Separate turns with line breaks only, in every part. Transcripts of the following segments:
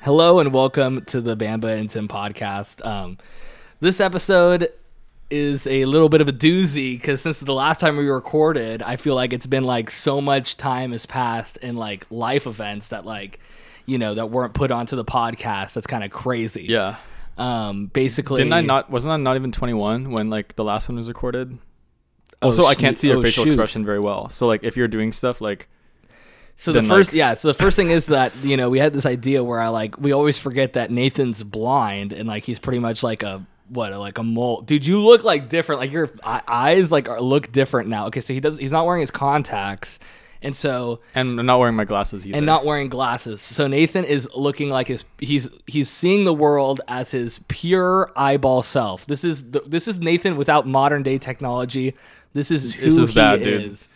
Hello and welcome to the Bamba and Tim podcast. Um, this episode is a little bit of a doozy because since the last time we recorded, I feel like it's been like so much time has passed and like life events that like you know that weren't put onto the podcast. That's kind of crazy.
Yeah.
Um. Basically,
Didn't I not? Wasn't I not even 21 when like the last one was recorded?
Oh,
Also, I
shoot.
can't see your
Oh,
facial
shoot.
expression very well. So like, if you're doing stuff like,
So the
than,
first,
like-
yeah. So the first thing is that you know we had this idea where I like we always forget that Nathan's blind and like he's pretty much like a what like a mole. Dude, you look like different. Like your eye- eyes like are, look different now. Okay, so he does. He's not wearing his contacts, and so
and I'm not wearing my glasses either.
and not wearing glasses. So Nathan is looking like his he's he's seeing the world as his pure eyeball self. This is the, this is Nathan without modern day technology. This is who
This is
he
bad, dude.
is.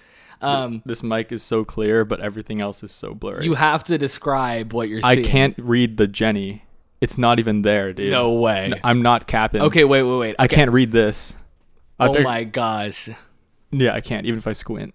Um,
this mic is so clear, but everything else is so blurry.
you have to describe what you're.
I
seeing.
can't read the Jenny. It's not even there, dude.
No way.
N- I'm not capping.
Okay, wait, wait, wait.
I can't Uh, read this. I
oh
think-
my gosh,
Yeah, I can't. Even if I squint.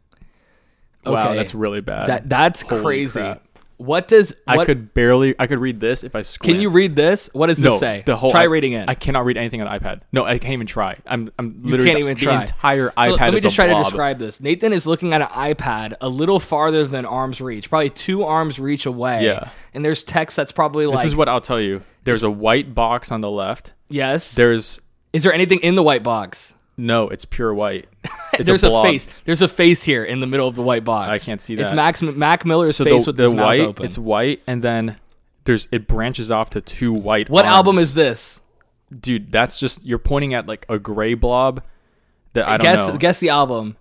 Wow,
Okay.
that's really bad.
that that's
Holy
crazy.
crap.
What does
I
what-
could barely. I could read this if I squint.
Can you read this? What does this
no,
say?
The whole
Try
I-
reading it.
I cannot read anything on iPad. No, I can't even try. I'm I'm
you
literally
can't even
the
try.
entire
So
iPad
Let me
is
just
a
try
blob.
to describe this. Nathan is looking at an iPad a little farther than arm's reach, probably two arms reach away.
Yeah.
And there's text that's probably like
This is what I'll tell you. There's a white box on the left.
yes. Is
There's
there anything in the white box?
no, it's pure white. It's
there's
a,
a,
blob.
face. There's a face here in the middle of the white box.
I can't see
It's
that.
Max Mac Miller's
So
face
the,
with
the
his mouth
white,
open.
it's white, and then there's it branches off to two white.
what
arms.
album is this?
dude? That's just you're pointing at like a gray blob that I don't
guess
know,
guess the album.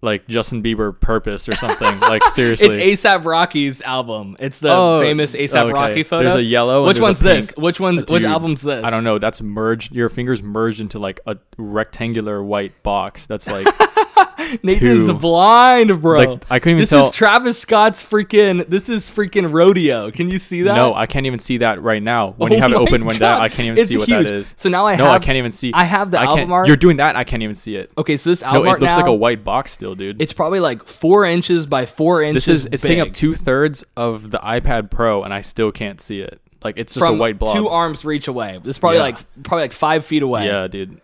like Justin Bieber Purpose or something. like seriously,
It's ASAP Rocky's album. It's the
Oh,
famous ASAP
okay.
Rocky photo.
There's a yellow and
Which
there's a
one's this?
pink.
Which one's which
Dude,
album's this?
I don't know. That's merged. Your fingers merged into like a rectangular white box. That's like
Nathan's
Two.
blind, bro.
Like, I couldn't even
this
tell-
is Travis Scott's freaking. This is freaking rodeo. Can you see that?
no. I can't even see that right now. When you
Oh
have it
my
open, when that
God.
I can't even
It's
see what
huge.
that is.
So now I
no, I
have-
can't even see.
I have the
I can't-
album art.
You're doing that. I can't even see it.
Okay, so this album
No, it
art
looks like
now,
a white box still, dude.
It's probably like four inches by four inches.
this is it's taking up
big.
two thirds of the iPad Pro, and I still can't see it. Like it's just
from
a white blob.
two arms reach away. This is probably
Yeah.
like probably like five feet away.
yeah, dude.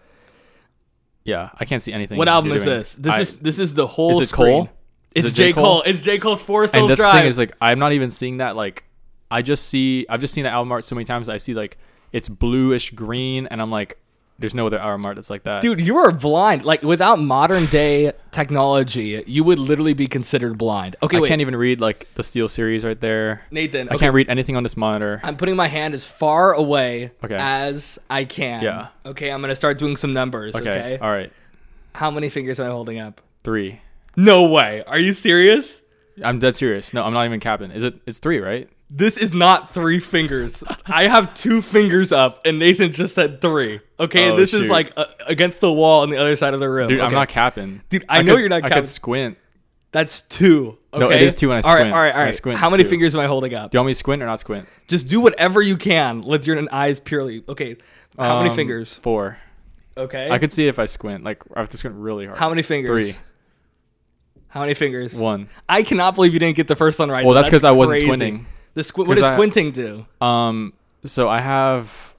Yeah, I can't see anything.
What
you're
album is
doing.
this? This
I-
is this is the whole.
it
screen.
Cole?
It's
Is it
J
J.
Cole.
Cole?
It's J Cole's Four Souls
and that's
Drive.
the thing is like I'm not even seeing that like I just see I've just seen the album art so many times I see like it's bluish green and I'm like there's no other album art that's like that.
Dude, you are blind. Like without modern day technology, you would literally be considered blind. Okay,
I
wait,
can't even read like the Steel series right there.
Nathan.
I
okay,
can't read anything on this monitor.
I'm putting my hand as far away
Okay.
as I can.
Yeah.
Okay, I'm gonna start doing some numbers. Okay.
okay. All right.
How many fingers am I holding up?
3.
No way. Are you serious?
I'm dead serious. No, I'm not even capping. Is it it's 3, right?
This is not three fingers. I have two fingers up, and Nathan just said three. Okay,
Oh,
and this is
shoot.
like uh, against the wall on the other side of the room.
Dude, I'm
Okay.
not capping.
Dude, I know
could-
you're not
I
capping.
could squint.
That's two. Okay?
No, it is two when I
All right,
squint.
all right, all
When I
right.
squint,
How
it's
many
two.
fingers am I holding up?
Do you want me to squint or not squint?
Just do whatever you can with your eyes purely. Okay, how many
Um,
fingers?
4.
Okay,
I could see it if I squint. Like I have to squint really hard.
how many fingers?
3.
How many fingers?
1.
I cannot believe you didn't get the first one right.
Well,
though.
that's 'cause I wasn't
crazy.
squinting.
The squi- what does
'Cause I-
squinting do?
Um, so I have,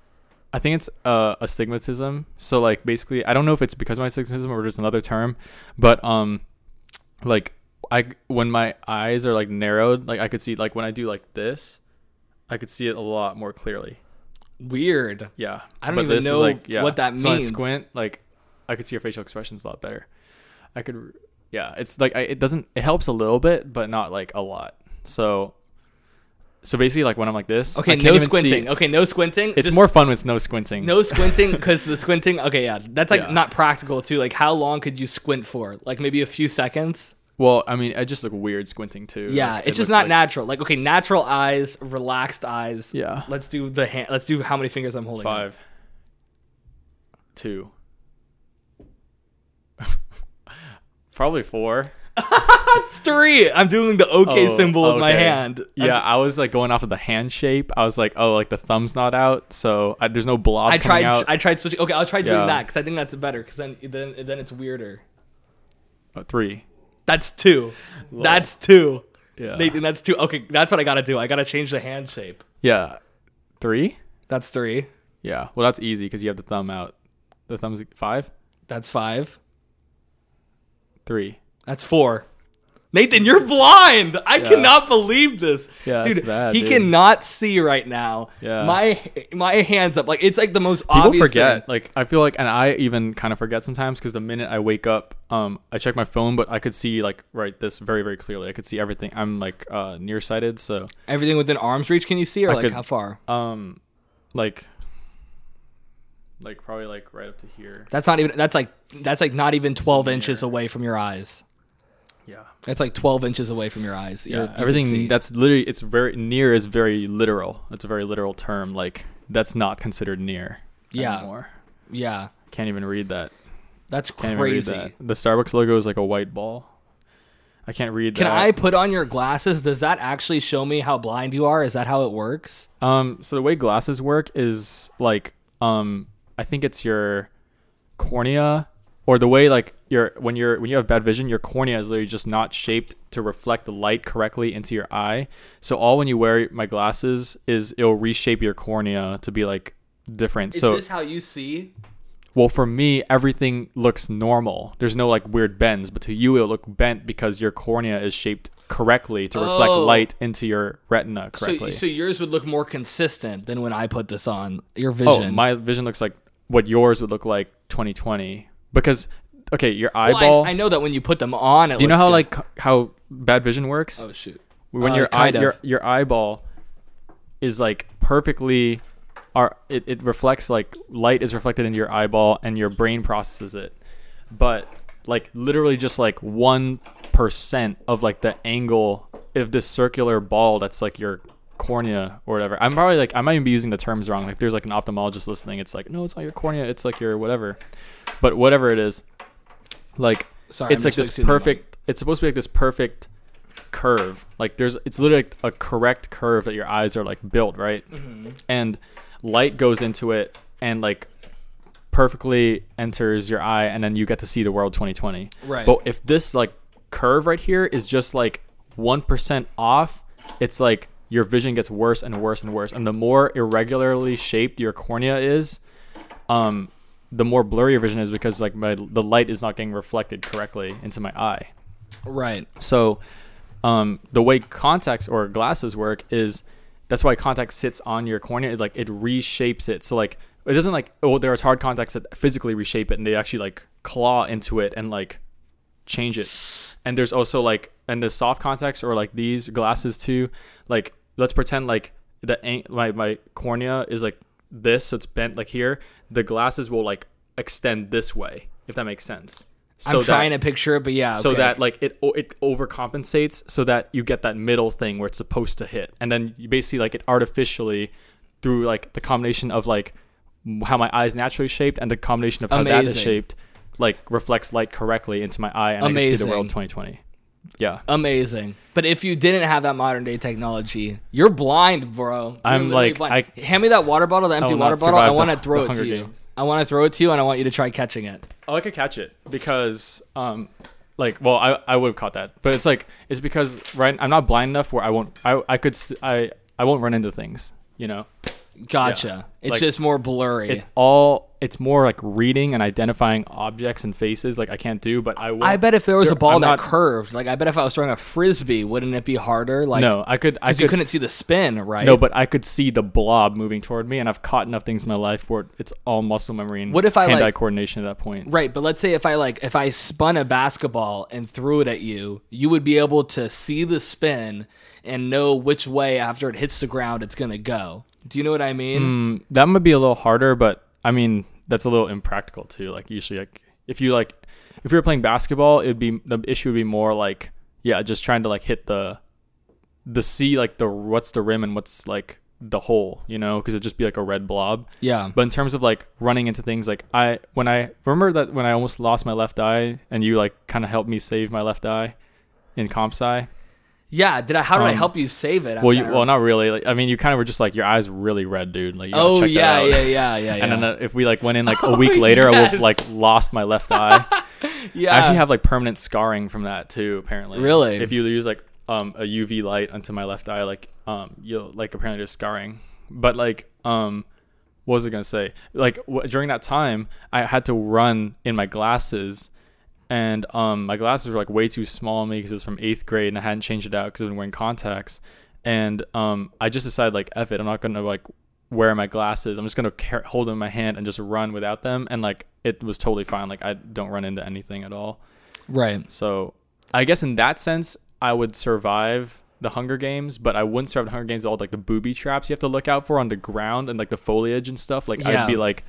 I think it's uh, astigmatism. So like basically, I don't know if it's because of my astigmatism or just another term, but um, like I when my eyes are like narrowed, like I could see like when I do like this, I could see it a lot more clearly.
Weird.
Yeah,
I don't even know what that
So when I
means.
squint, like I could see your facial expressions a lot better. I could, yeah, it's like I, it doesn't. It helps a little bit, but not like a lot. So. So basically, like when I'm like this, I
Okay,
can't
no
even see-
squinting. Okay, no squinting.
it's
Just
more fun when it's no squinting.
no squinting because the squinting. Okay, yeah, that's like
Yeah.
not practical too. Like, how long could you squint for? Like maybe a few seconds.
Well, I mean, I just look weird squinting too.
Yeah,
Like, it
it's just
looked
not
like,
natural. Like, okay, natural eyes, relaxed eyes.
Yeah.
Let's do the hand. Let's do how many fingers I'm holding. up.
Five, two, probably four.
three. I'm doing the okay
Oh,
symbol with my
okay.
hand. I'm
Yeah, I was like going off of the hand shape. I was like, oh, like the thumb's not out, so I, there's no blob
I
coming
tried.
out.
I tried switching. Okay, I'll try doing
Yeah.
that because I think that's better. Because then, then, then it's weirder.
Uh, Three.
That's two. That's two.
Yeah.
Nathan, that's two. Okay, that's what I gotta do. I gotta change the hand shape.
yeah. Three?
That's three.
Yeah. Well, that's easy because you have the thumb out. The thumb's five?
That's five.
Three.
That's four. Nathan, you're blind. I
Yeah.
cannot believe this.
Yeah, that's
dude,
bad,
he
dude.
cannot see right now.
Yeah.
My my hands up. Like it's like the most
People
obvious
forget.
thing.
Like I feel like, and I even kind of forget sometimes because the minute I wake up, um, I check my phone, but I could see like right this very very clearly. I could see everything. I'm like uh nearsighted, so
Everything within arm's reach, can you see or
I
like
could-
how far?
um, like, like probably like right up to here.
That's not even that's like that's like not even 12 inches away from your eyes.
Yeah.
That's like 12 inches away from your eyes. You're-
Yeah.
you can see.
everything that's literally it's very near is very literal. It's a very literal term. Like that's not considered near.
Yeah.
Anymore.
Yeah.
Can't even read that.
That's
Can't
crazy.
even read that. The Starbucks logo is like a white ball. I can't read
Can
that.
I put on your glasses? Does that actually show me how blind you are? Is that how it works?
Um, so the way glasses work is like, um, I think it's your cornea, or the way like your when you're when you have bad vision, your cornea is literally just not shaped to reflect the light correctly into your eye. So all when you wear my glasses is it'll reshape your cornea to be like different. so
how you see?
well, for me, everything looks normal. There's no like weird bends, but to you it'll look bent because your cornea is shaped correctly to reflect
Oh.
light into your retina
So,
correctly.
so yours would look more consistent than when I put this on. Your
Oh,
vision.
my vision looks like what yours would look like 2020 because okay, your
Well, I-
eyeball.
I, know that when you put them on, it
do you know
looks
how
good.
like how bad vision works?
Oh shoot.
when
Uh,
your eye
kind of.
your your eyeball is like perfectly are it, it reflects like light is reflected into your eyeball and your brain processes it but like literally just like 1% of like the angle of this circular ball that's like your cornea or whatever i'm probably like i might even be using the terms wrong like if there's like an ophthalmologist listening it's like no it's not your cornea it's like your whatever but whatever it is like
Sorry,
it's
I'm
like this
asphyxiating the mic.
perfect it's supposed to be like this perfect curve like there's it's literally like a correct curve that your eyes are like built right
Mm-hmm.
and light goes into it and like perfectly enters your eye and then you get to see the world 2020
Right.
but if this like curve right here is just like 1% off it's like your vision gets worse and worse and worse and the more irregularly shaped your cornea is um the more blurry your vision is because like my the light is not getting reflected correctly into my eye
Right.
so, um, the way contacts or glasses work is that's why contact sits on your cornea. It, like it reshapes it. So like it doesn't like oh there are hard contacts that physically reshape it and they actually like claw into it and like change it. And there's also like and the soft contacts or like these glasses too. Like let's pretend like the an- my my cornea is like this, so it's bent like here. The glasses will like extend this way if that makes sense. So
I'm
that-
trying to picture it, but yeah.
so
okay.
that like it o- it overcompensates so that you get that middle thing where it's supposed to hit and then you basically like it artificially through like the combination of like m- how my eyes naturally shaped and the combination of how that is
Amazing.
shaped like reflects light correctly into my eye and I can see the world 2020 yeah
amazing. But if you didn't have that modern day technology, you're blind, bro. You're
I'm
literally
like,
blind.
I-
hand me that water bottle, the empty
will not
water bottle.
survive
I
the-
want to throw
the
it to
Hunger
you.
Games.
I want to throw it to you, and I want you to try catching it.
oh I could catch it because um like well I I would have caught that but it's like it's because right I'm not blind enough where I won't I I could st- I I won't run into things you know
Gotcha. It's
Like,
just more blurry.
it's all it's more like reading and identifying objects and faces like i can't do but i will
I bet if there was a
There-
ball
I'm
that
not-
curved, like I bet if I was throwing a frisbee, wouldn't it be harder? Like
no i could i
because you
could
couldn't see the spin, right?
no but i could see the blob moving toward me and i've caught enough things in my life where it's all muscle memory and
What if I,
hand-eye
like-
coordination at that point
Right, but let's say if I like if I spun a basketball and threw it at you, you would be able to see the spin and know which way after it hits the ground it's gonna go. Do you know what I mean?
Mm, that might be a little harder but i mean that's a little impractical too like usually like if you like if you were playing basketball it'd be the issue would be more like yeah just trying to like hit the the see like the what's the rim and what's like the hole you know because it'd just be like a red blob
Yeah.
But in terms of like running into things, like I when I remember that when I almost lost my left eye, and you like kind of helped me save my left eye in comp sci.
Yeah. Did I how did I
Um,
help you save it? I'm
Well, you,
trying to
well, not really. Like, I mean, you kind of were just like your eyes really red, dude. Like, you gotta
remember. Oh
check that
yeah,
out.
yeah, yeah, yeah, yeah.
And then uh, if we like went in like a week later, I would have
yes.
like lost my left eye.
yeah.
I actually have like permanent scarring from that too. Apparently,
Really?
If you use like um a UV light onto my left eye, like um you'll like apparently there's scarring. But like um what was I gonna say? Like w- during that time, I had to run in my glasses, and um, my glasses were like way too small on me because it was from eighth grade, and I hadn't changed it out because I've been wearing contacts. And um, I just decided like, F it, I'm not gonna like wear my glasses. I'm just gonna car- hold them in my hand and just run without them. And like, it was totally fine. Like, I don't run into anything at all.
Right.
So I guess in that sense, I would survive the Hunger Games, but I wouldn't survive the Hunger Games with all like the booby traps you have to look out for on the ground and like the foliage and stuff. Like
Yeah.
I'd be like,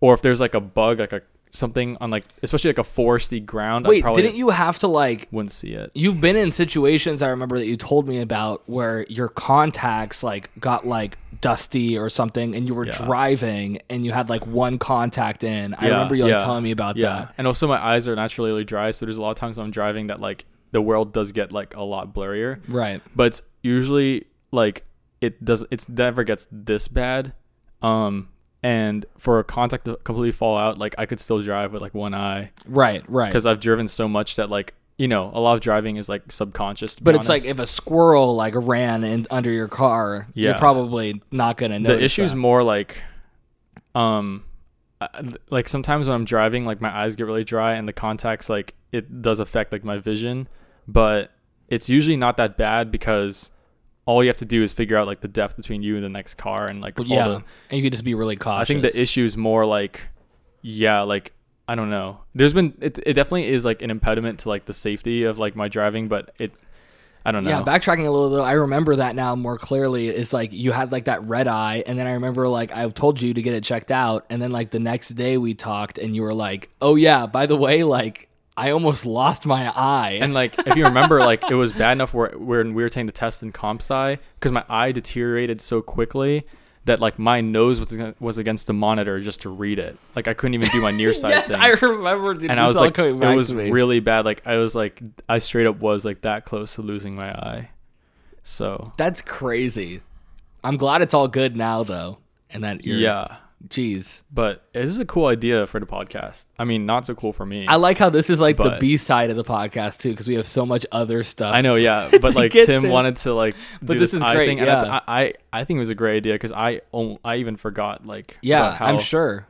or if there's like a bug, like a something on like especially like a foresty ground, I
Wait,
probably
didn't you have to like
wouldn't see it.
you've been in situations I remember that you told me about where your contacts like got like dusty or something and you were
Yeah.
driving and you had like one contact in. I
Yeah,
remember you like,
yeah,
telling me about
yeah.
that.
And also, my eyes are naturally really dry, so there's a lot of times when I'm driving that like the world does get like a lot blurrier.
Right.
but usually like it does it's never gets this bad um and for a contact to completely fall out like i could still drive with like one eye
Right, right.
because i've driven so much that like you know a lot of driving is like subconscious to be
But it's like
honest.
if a squirrel like ran in under your car, you're
Yeah.
probably not gonna know.
the issue's more like um I- like sometimes when i'm driving like my eyes get really dry and the contacts like it does affect like my vision but it's usually not that bad because all you have to do is figure out like the depth between you and the next car and like all
yeah,
the,
and you could just be really cautious.
I think the issue is more like, yeah, like I don't know. There's been it. It definitely is like an impediment to like the safety of like my driving, but it. I don't know.
Yeah, backtracking a little though, I remember that now more clearly. It's like you had like that red eye, and then I remember like I told you to get it checked out, and then like the next day we talked, and you were like, "Oh yeah, by the way, like I almost lost my eye."
and like, if you remember, like it was bad enough where when we were taking the test in comp sci because my eye deteriorated so quickly that like my nose was ag- was against the monitor just to read it. Like I couldn't even do my nearsight
yes,
thing.
I remember. Dude,
and
this
I was
all
like, it
coming back
was
to me.
really bad. Like I was like, I straight up was like that close to losing my eye. So
That's crazy. I'm glad it's all good now though, and that you're,
yeah,
Jeez,
But this is a cool idea for the podcast. I mean, not so cool for me.
I
I,
like how this is like the
But-
B side of the podcast too, because we have so much other stuff.
know, yeah. But like
get
Tim
to-
wanted to like do
this
this,
is
eye
great,
thing, and I-
yeah.
I, I I think it was a great idea because I oh, I even forgot like
Yeah,
about how,
I'm sure.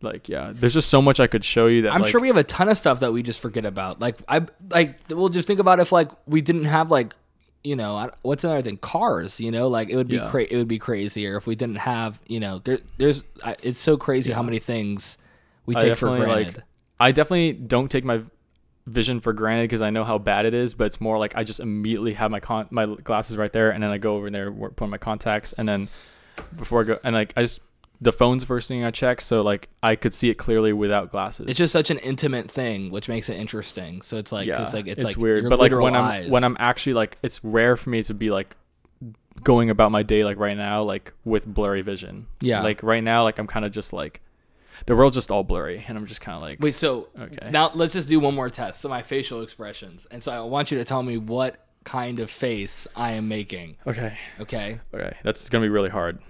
like yeah. There's just so much I could show you that
I'm
like,
sure we have a ton of stuff that we just forget about. Like I like we'll just think about if like we didn't have like you know I- what's another thing cars you know like it would be
Yeah.
cra- it would be crazier if we didn't have you know there there's I, it's so crazy how many things we
I
take for
definitely,
granted.
Like, I definitely don't take my vision for granted because I know how bad it is. But it's more like I just immediately have my con- my glasses right there, and then I go over there, wor- put on my contacts, and then before I go, and like I just the phone's the first thing I check, so like I could see it clearly without glasses.
it's just such an intimate thing, which makes it interesting. So it's like
yeah,
'cause, like it's, like
weird.
your
But like
literal
when
eyes.
I'm when I'm actually like, it's rare for me to be like going about my day like right now like with blurry vision.
Yeah.
like right now, like I'm kind of just like the world's just all blurry, and I'm just kind of like
Wait, so
Okay.
now let's just do one more test. So my facial expressions, and so I want you to tell me what kind of face I am making.
okay,
Okay,
okay, that's gonna be really hard.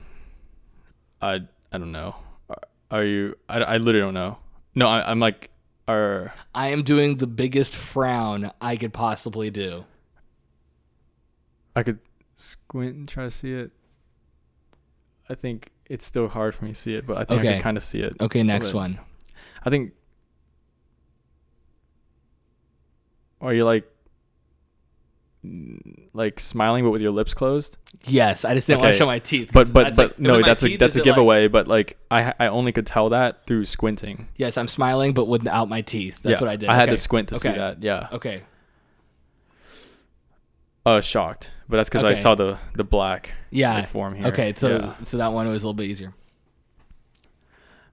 I I don't know. Are, are you? I, I literally don't know. No, I, I'm like, are
I am doing the biggest frown I could possibly do.
I could squint and try to see it. I think it's still hard for me to see it, but I think I
Okay.
can kind of see it.
Okay, next
Okay.
one.
I think. Are you like, n- like smiling but with your lips closed?
Yes, I just didn't want to
Okay.
show my teeth. 'cause
But but
that's
but
like-
no,
with my
that's a
teeth,
that's
is
a
it like-
giveaway. but like I I only could tell that through squinting.
yes, I'm smiling, but without my teeth. That's
Yeah,
what I did.
I had
okay.
to squint to
Okay.
see that. Yeah.
Okay,
Uh, shocked, but that's because I
Okay.
saw the the black
yeah.
like, form here.
Okay, so
Yeah.
so that one was a little bit easier.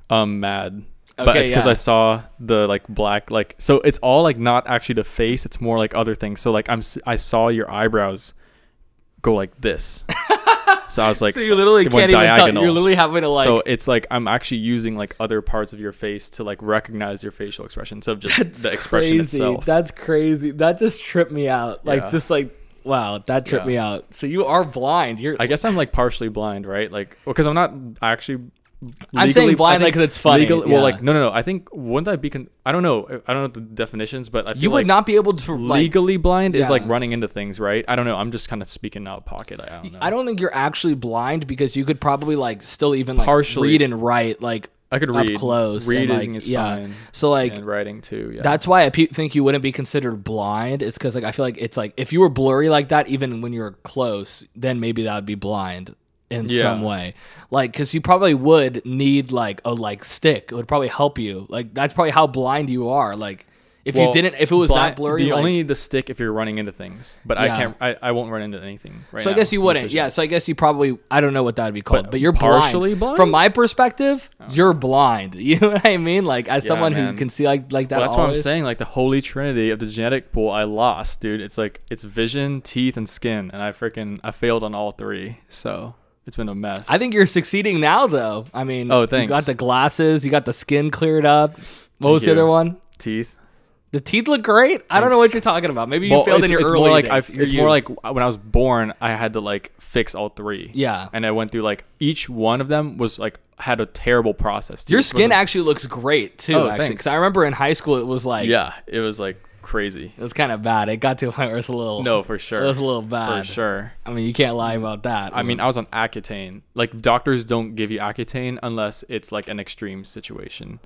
um mad. but
Okay,
it's because
yeah.
I saw the like black like so it's all like not actually the face. It's more like other things. So like I'm s- I saw your eyebrows go like this. so I was like,
so you literally
they
can't
went
even tell.
diagonal.
You're literally having to like.
so it's like I'm actually using like other parts of your face to like recognize your facial expression instead of just the expression
crazy.
itself.
That's crazy. That just tripped me out. Like
Yeah.
just like wow, that tripped
Yeah.
me out. So you are blind. You're
I guess I'm like partially blind, right? Like, because I'm not actually
I'm saying blind like 'cause it's funny.
legal-
yeah.
Well, like no, no, no. I think wouldn't that be? Con- I don't know. I don't know the definitions, but I feel
you would
like
not be able to like,
legally blind is like
Yeah.
running into things, right? I don't know. I'm just kind of speaking out of pocket. I don't know.
I don't think you're actually blind because you could probably like still even like
Partially.
read and write like
I could
up
read.
close. and,
Reading
like,
is
yeah.
fine.
So like
and writing too. Yeah.
that's why I pe- think you wouldn't be considered blind. It's because like I feel like it's like if you were blurry like that, even when you're close, then maybe that would be blind in
Yeah.
some way. Like because you probably would need like a like stick. It would probably help you. Like that's probably how blind you are. Like if
Well,
you didn't, if it was
blind-
that blurry,
You
like,
only need the stick if you're running into things. But I
Yeah.
can't. I, I won't run into anything. Right
So I
now
guess you
with my
wouldn't.
vision.
Yeah. So I guess you probably. I don't know what that'd be called, but, you're
partially blind? Oh.
From my perspective, you're blind. You know what I mean? Like as someone
man.
who can see like like that.
Well, that's what I'm
always.
saying. Like the holy trinity of the genetic pool, I lost, dude. It's like it's vision, teeth, and skin, and I freaking I failed on all three. So it's been a mess.
I think you're succeeding now, though. I mean,
Oh,
You
thanks.
got the glasses. You got the skin cleared up. What was the
you.
other one?
teeth.
The teeth look great. I don't know what you're talking about. Maybe you
Well,
failed
it's,
in your
it's
early
more like
days,
I've,
your
it's more
youth.
like when I was born, I had to like fix all three.
Yeah.
and I went through like each one of them was like had a terrible process. dude.
your
It
skin
wasn't-
actually looks great too.
Oh,
actually,
thanks.
because I remember in high school it was like
Yeah, it was like crazy.
it was kind of bad. It got to a point where it's a little
No, for sure.
it was a little
for
bad.
sure.
I mean, you can't lie about that.
I mean, I was on Accutane. Like doctors don't give you Accutane unless it's like an extreme situation.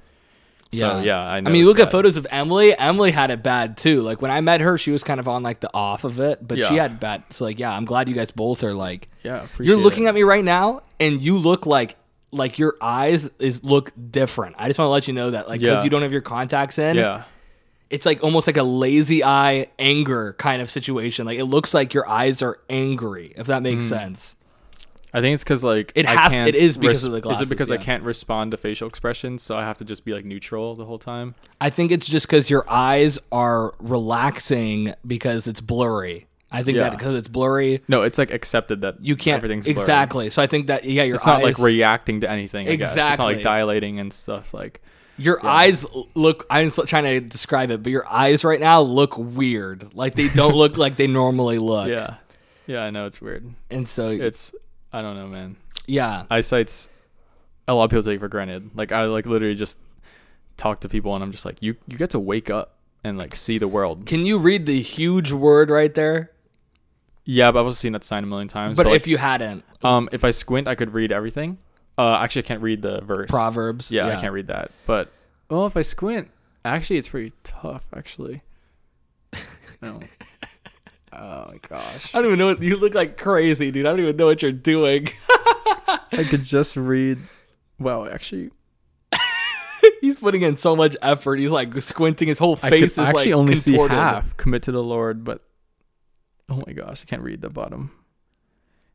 So yeah, I, know
mean,
it's
look at
bad.
photos of Emily. Emily had it bad too. Like when I met her, she was kind of on like the off of it, but she
Yeah.
had bad. So like, yeah, I'm glad you guys both are like.
Yeah,
You're looking at me right now, and you look like like your eyes is look different. I just want to let you know that, like, because
Yeah.
you don't have your contacts in,
Yeah,
it's like almost like a lazy eye anger kind of situation. Like it looks like your eyes are angry, if that
Mm.
makes sense.
I think it's because like
It
I
has-
can't
it is because
res-
of the
Is
glasses,
it because I
yeah.
can't respond to facial expressions, so I have to just be like neutral the whole time?
I think it's just because your eyes are relaxing because it's blurry. I think that
Yeah.
because it's blurry,
No, it's like accepted that
you can't
Everything's blurry.
exactly. So I think that yeah, your
It's
eyes
not like reacting to anything. I guess. It's not
Exactly.
like dilating and stuff. Like
your eyes l- look. I'm s- trying to describe it, but your eyes right now look weird. Like they don't look like they normally look.
yeah, yeah. I know it's weird.
And so
It's I don't know, man.
yeah,
Eyesight's a lot of people take for granted. Like I like literally just talk to people and I'm just like, you you get to wake up and like see the world.
Can you read the huge word right there?
Yeah, but I've also seen that sign a million times.
But
like,
if you hadn't,
Um, if I squint, I could read everything. Uh, actually, I can't read the verse.
Proverbs.
Yeah, I can't read that. But well, if I squint, actually, it's pretty tough. Actually. No. oh gosh.
I don't even know what you look like crazy, dude. I don't even know what you're doing.
I could just read. Well, actually,
He's putting in so much effort. He's like squinting. His whole
I
face is
could actually
like
only
contorted.
see half. Commit to the Lord, but oh my gosh, I can't read the bottom.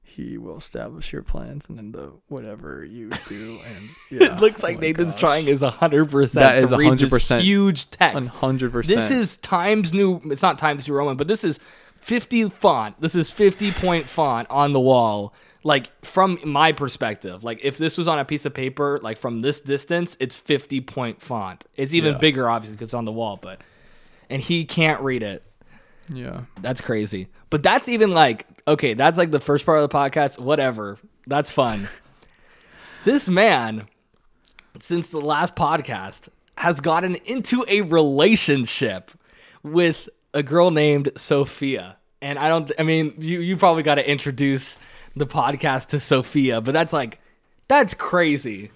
He will establish your plans and then the whatever you do and yeah.
It looks
oh
like
my
Nathan's
gosh.
trying his 100%
That
to
is
read this
100%.
huge text.
100%.
This is Times New. It's not Times New Roman, but this is 50 font. This is 50 point font on the wall. Like from my perspective, like if this was on a piece of paper, like from this distance, it's 50 point font. It's even
Yeah.
bigger, obviously, because it's on the wall. But and he can't read it.
yeah.
That's crazy. But that's even like okay. That's like the first part of the podcast. Whatever. That's fun. this man, since the last podcast, has gotten into a relationship with a girl named Sophia. And I don't. I mean, you you probably got to introduce the podcast to Sophia, but that's like that's crazy.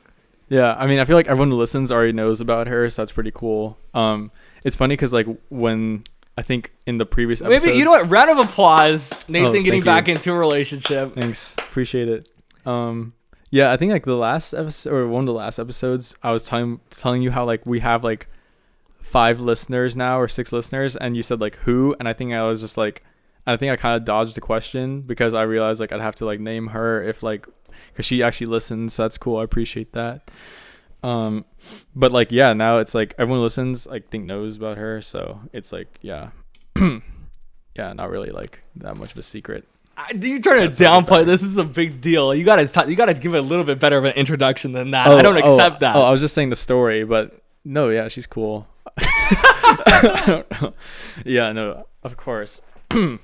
Yeah, I mean, I feel like everyone who listens already knows about her, so that's pretty cool. Um, it's funny because like when I think in the previous
Maybe
episodes,
you know what? Round of applause, Nathan,
Oh,
getting
thank
back
you.
into a relationship.
Thanks, appreciate it. Um, yeah, I think like the last episode or one of the last episodes, I was telling telling you how like we have like five listeners now or six listeners, and you said like who, and I think I was just like, I think I kind of dodged the question because I realized like I'd have to like name her if like because she actually listens. So that's cool. I appreciate that. Um, but like yeah, now it's like everyone who listens like think knows about her, so it's like yeah, yeah, not really like that much of a secret.
I- You're trying
That's
to
not
downplay
better.
this. Is a big deal. You gotta t- you gotta give it a little bit better of an introduction than that.
Oh,
I don't
oh,
accept that.
Oh, I was just saying the story, but no, yeah, she's cool. yeah, no, of course. I'm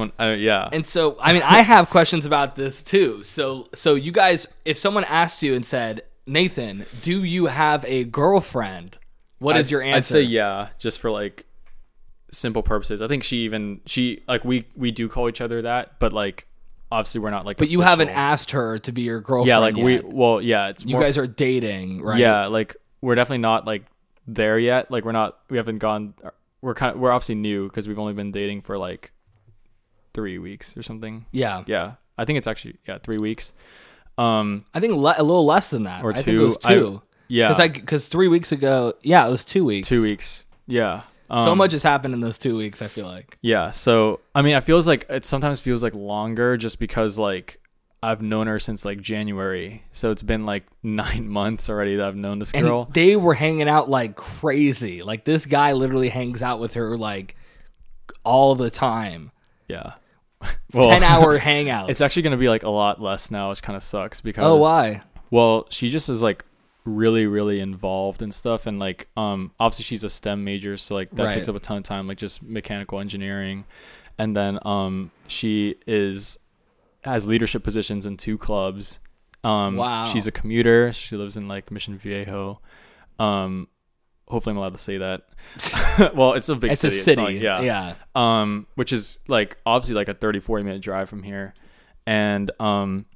on, I, yeah.
and so, I mean, I have questions about this too. So, so you guys, if someone asked you and said, Nathan, do you have a girlfriend? What is
I'd-
your answer?
I'd say yeah, just for like simple purposes. I think she even she like we we do call each other that, but like obviously we're not like.
But you haven't
official.
asked her to be your girlfriend.
Yeah, like we
yet.
well yeah, it's
You
more
guys are dating, right?
yeah like we're definitely not like there yet. Like we're not we haven't gone. We're kind of we're obviously new because we've only been dating for like three weeks or something.
Yeah.
Yeah, I think it's actually yeah three weeks. Um,
I think le- a little less than that.
Or
I think it was
two. I-
two.
yeah,
Because three weeks ago, yeah, it was two weeks.
two weeks. Yeah,
so
um,
much has happened in those two weeks. I feel like.
Yeah. So I mean, it feels like it sometimes feels like longer just because like I've known her since like January, so it's been like nine months already that I've known this
And
girl.
they were hanging out like crazy. Like this guy literally hangs out with her like all the time.
yeah. Well,
Ten hour hangouts.
Oh. it's actually gonna be like a lot less now, which kind of sucks because
Oh why?
Well, she just is like really really involved and stuff and like um obviously she's a STEM major so like that
Right.
takes up a ton of time like just mechanical engineering and then um she is has leadership positions in two clubs um
Wow.
she's a commuter she lives in like Mission Viejo um hopefully I'm allowed to say that well it's a big
It's a
city
city.
not-
yeah.
um, which is like obviously like a 30, 40 minute drive from here. And um,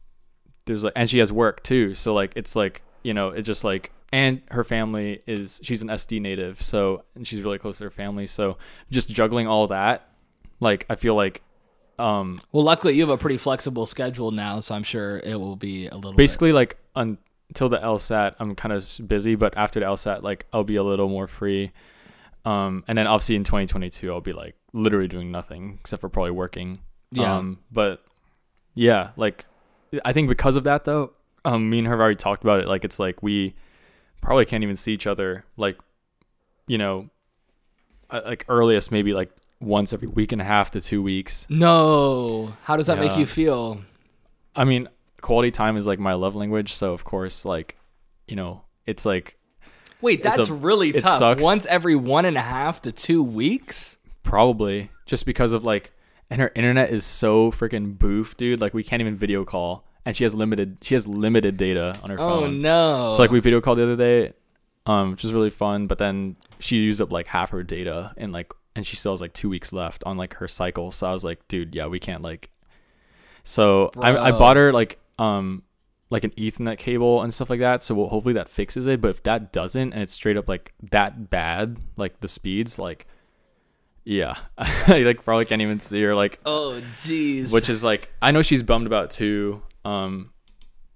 there's like, and she has work too. So like, it's like, you know, it just like, and her family is, she's an SD native. So, and she's really close to her family. So just juggling all that, like, I feel like, um,
Well, luckily you have a pretty flexible schedule now, so I'm sure it will be a little. bit.
basically like until the LSAT, I'm kind of busy, but after the LSAT, like I'll be a little more free. Um, and then obviously in 2022, I'll be like literally doing nothing except for probably working.
Yeah.
Um, but yeah, like I think because of that though, um, me and her have already talked about it. Like it's like we probably can't even see each other. Like, you know, uh, like earliest maybe like once every week and a half to two weeks.
No. How does that make
Yeah.
you feel?
I mean, quality time is like my love language, so of course, like, you know, it's like
Wait,
It's
that's
a-
really
it
tough.
sucks.
Once every one and a half to two weeks.
probably just because of like, and her internet is so freaking boof, dude. Like, we can't even video call, and she has limited, she has limited data on her
Oh
phone.
no.
So like, we video called the other day, um, which was really fun, but then she used up like half her data, and like, and she still has like two weeks left on like her cycle. So I was like, dude, yeah, we can't like. So I, I
Bro.
bought her like um like an Ethernet cable and stuff like that. So we'll, hopefully that fixes it. But if that doesn't, and it's straight up like that bad, like the speeds, like yeah, I like probably can't even see her. Like,
Oh jeez.
which is like I know she's bummed about too. Um,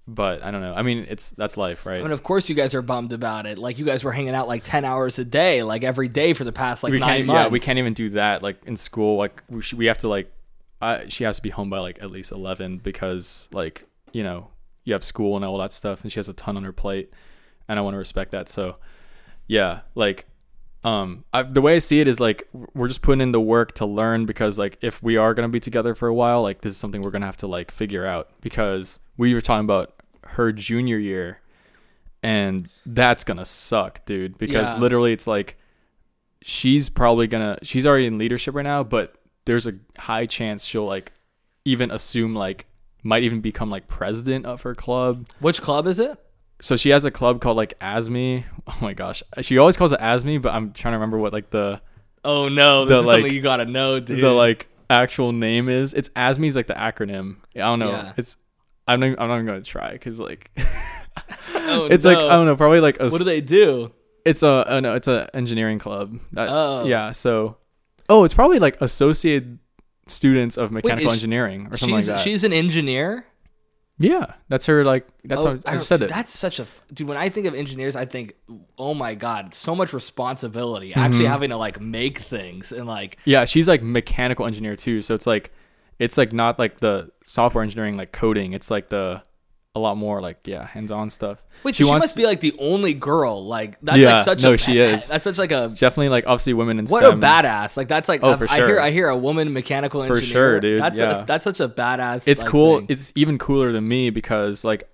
but I don't know. I mean, it's that's life, right?
I mean, of course, you guys are bummed about it. Like, you guys were hanging out like ten hours a day, like every day for the past like
we
9
can't.
months.
Yeah, we can't even do that. Like in school, like we, sh- we have to like, I, she has to be home by like at least eleven because like you know you have school and all that stuff, and she has a ton on her plate, and I want to respect that. So, yeah, like, um, I, the way I see it is like we're just putting in the work to learn because like if we are gonna be together for a while, like this is something we're gonna have to like figure out because we were talking about her junior year. And that's gonna suck, dude. Because
Yeah.
literally, it's like she's probably gonna she's already in leadership right now but there's a high chance she'll like even assume like might even become like president of her club
Which club is it?
so she has a club called like asme oh my gosh she always calls it asme but i'm trying to remember what like the
Oh no, this
The,
is
like-
something you gotta know, dude.
the like actual name is it's asme's like the acronym i don't know
Yeah.
it's i'm not, i'm not even gonna try because like
oh,
it's like
no.
i don't know probably like a
what do they do?
It's a oh no, it's a engineering club. That-
Oh.
yeah. So, oh, it's probably like associated students of mechanical
is she-
engineering or something
She's
like that.
she's an engineer.
yeah, that's her. Like that's
Oh,
how I,
I-
said
dude,
it.
That's such a f- dude. When I think of engineers, I think, oh my god, so much responsibility. Actually having to like make things and like
Yeah, she's like mechanical engineer too. So it's like, it's like not like the software engineering like coding. It's like the a lot more like yeah hands on stuff.
Wait, she, must be like the only girl. Like that's
Yeah,
like such
no,
a
she is.
That's such like a
definitely like obviously women in
what
STEM.
a badass. Like that's like
Oh,
I've-
for
I hear
sure.
I hear a woman mechanical engineer.
sure, dude,
That's
yeah.
a, that's such a badass.
it's
like,
cool
thing.
it's even cooler than me because like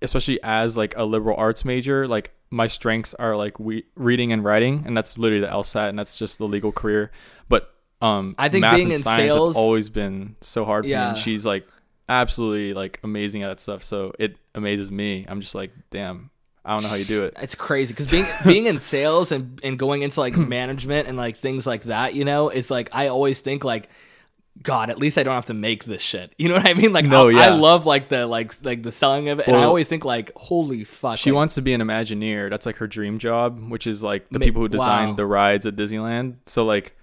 especially as like a liberal arts major like my strengths are like we reading and writing and that's literally the lsat and that's just the legal career but um
I think
math
being
and
in
science have
sales-
always been so hard for me
Yeah.
and she's like absolutely like amazing at that stuff so it amazes me i'm just like damn I don't know how you do it.
It's crazy because being being in sales and and going into like management and like things like that, you know, it's like I always think like. God, at least I don't have to make this shit. You know what I mean? Like,
No,
I,
yeah.
I love like the like like the selling of it, and I
Well,
always think like, holy fuck,
She
like,
wants to be an Imagineer. That's like her dream job, which is like the
Ma-
people who designed
wow.
the rides at Disneyland. So like,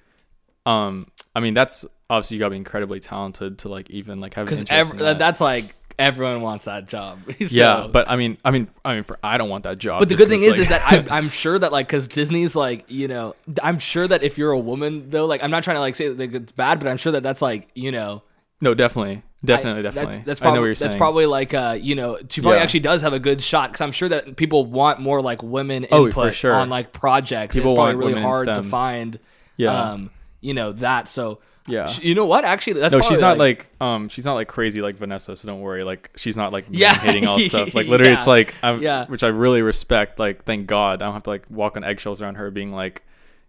um, I mean, that's obviously you gotta be incredibly talented to like even like have an
because
interest
ev-
in that.
that's like everyone wants that job.
yeah,
So-
but I mean, I mean, I mean, for I don't want that job.
But the
just
good
'cause
thing
it's,
is, is
like-
that I, I'm sure that like, because Disney's like, you know, I'm sure that if you're a woman though, like, I'm not trying to like say that like, it's bad, but I'm sure that that's like, you know,
no, definitely,
I-
definitely, definitely.
That's, that's
I
probably
know what you're
that's
saying.
probably like, uh, you know, she probably
Yeah.
actually does have a good shot because I'm sure that people want more like women
Oh, for
input
sure.
on like projects.
People
it's probably
want
really
women in
hard to
STEM.
find,
Yeah.
um, you know that. So
Yeah.
Sh- you know what? Actually, that's
no,
probably,
she's not like, um, she's not like crazy like Vanessa. So don't worry, like she's not like
Yeah.
hating all this stuff. Like literally,
Yeah.
it's like, I'm,
Yeah.
which I really respect. Like thank God, I don't have to like walk on eggshells around her, being like,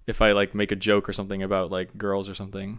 if I like make a joke or something about like girls or something,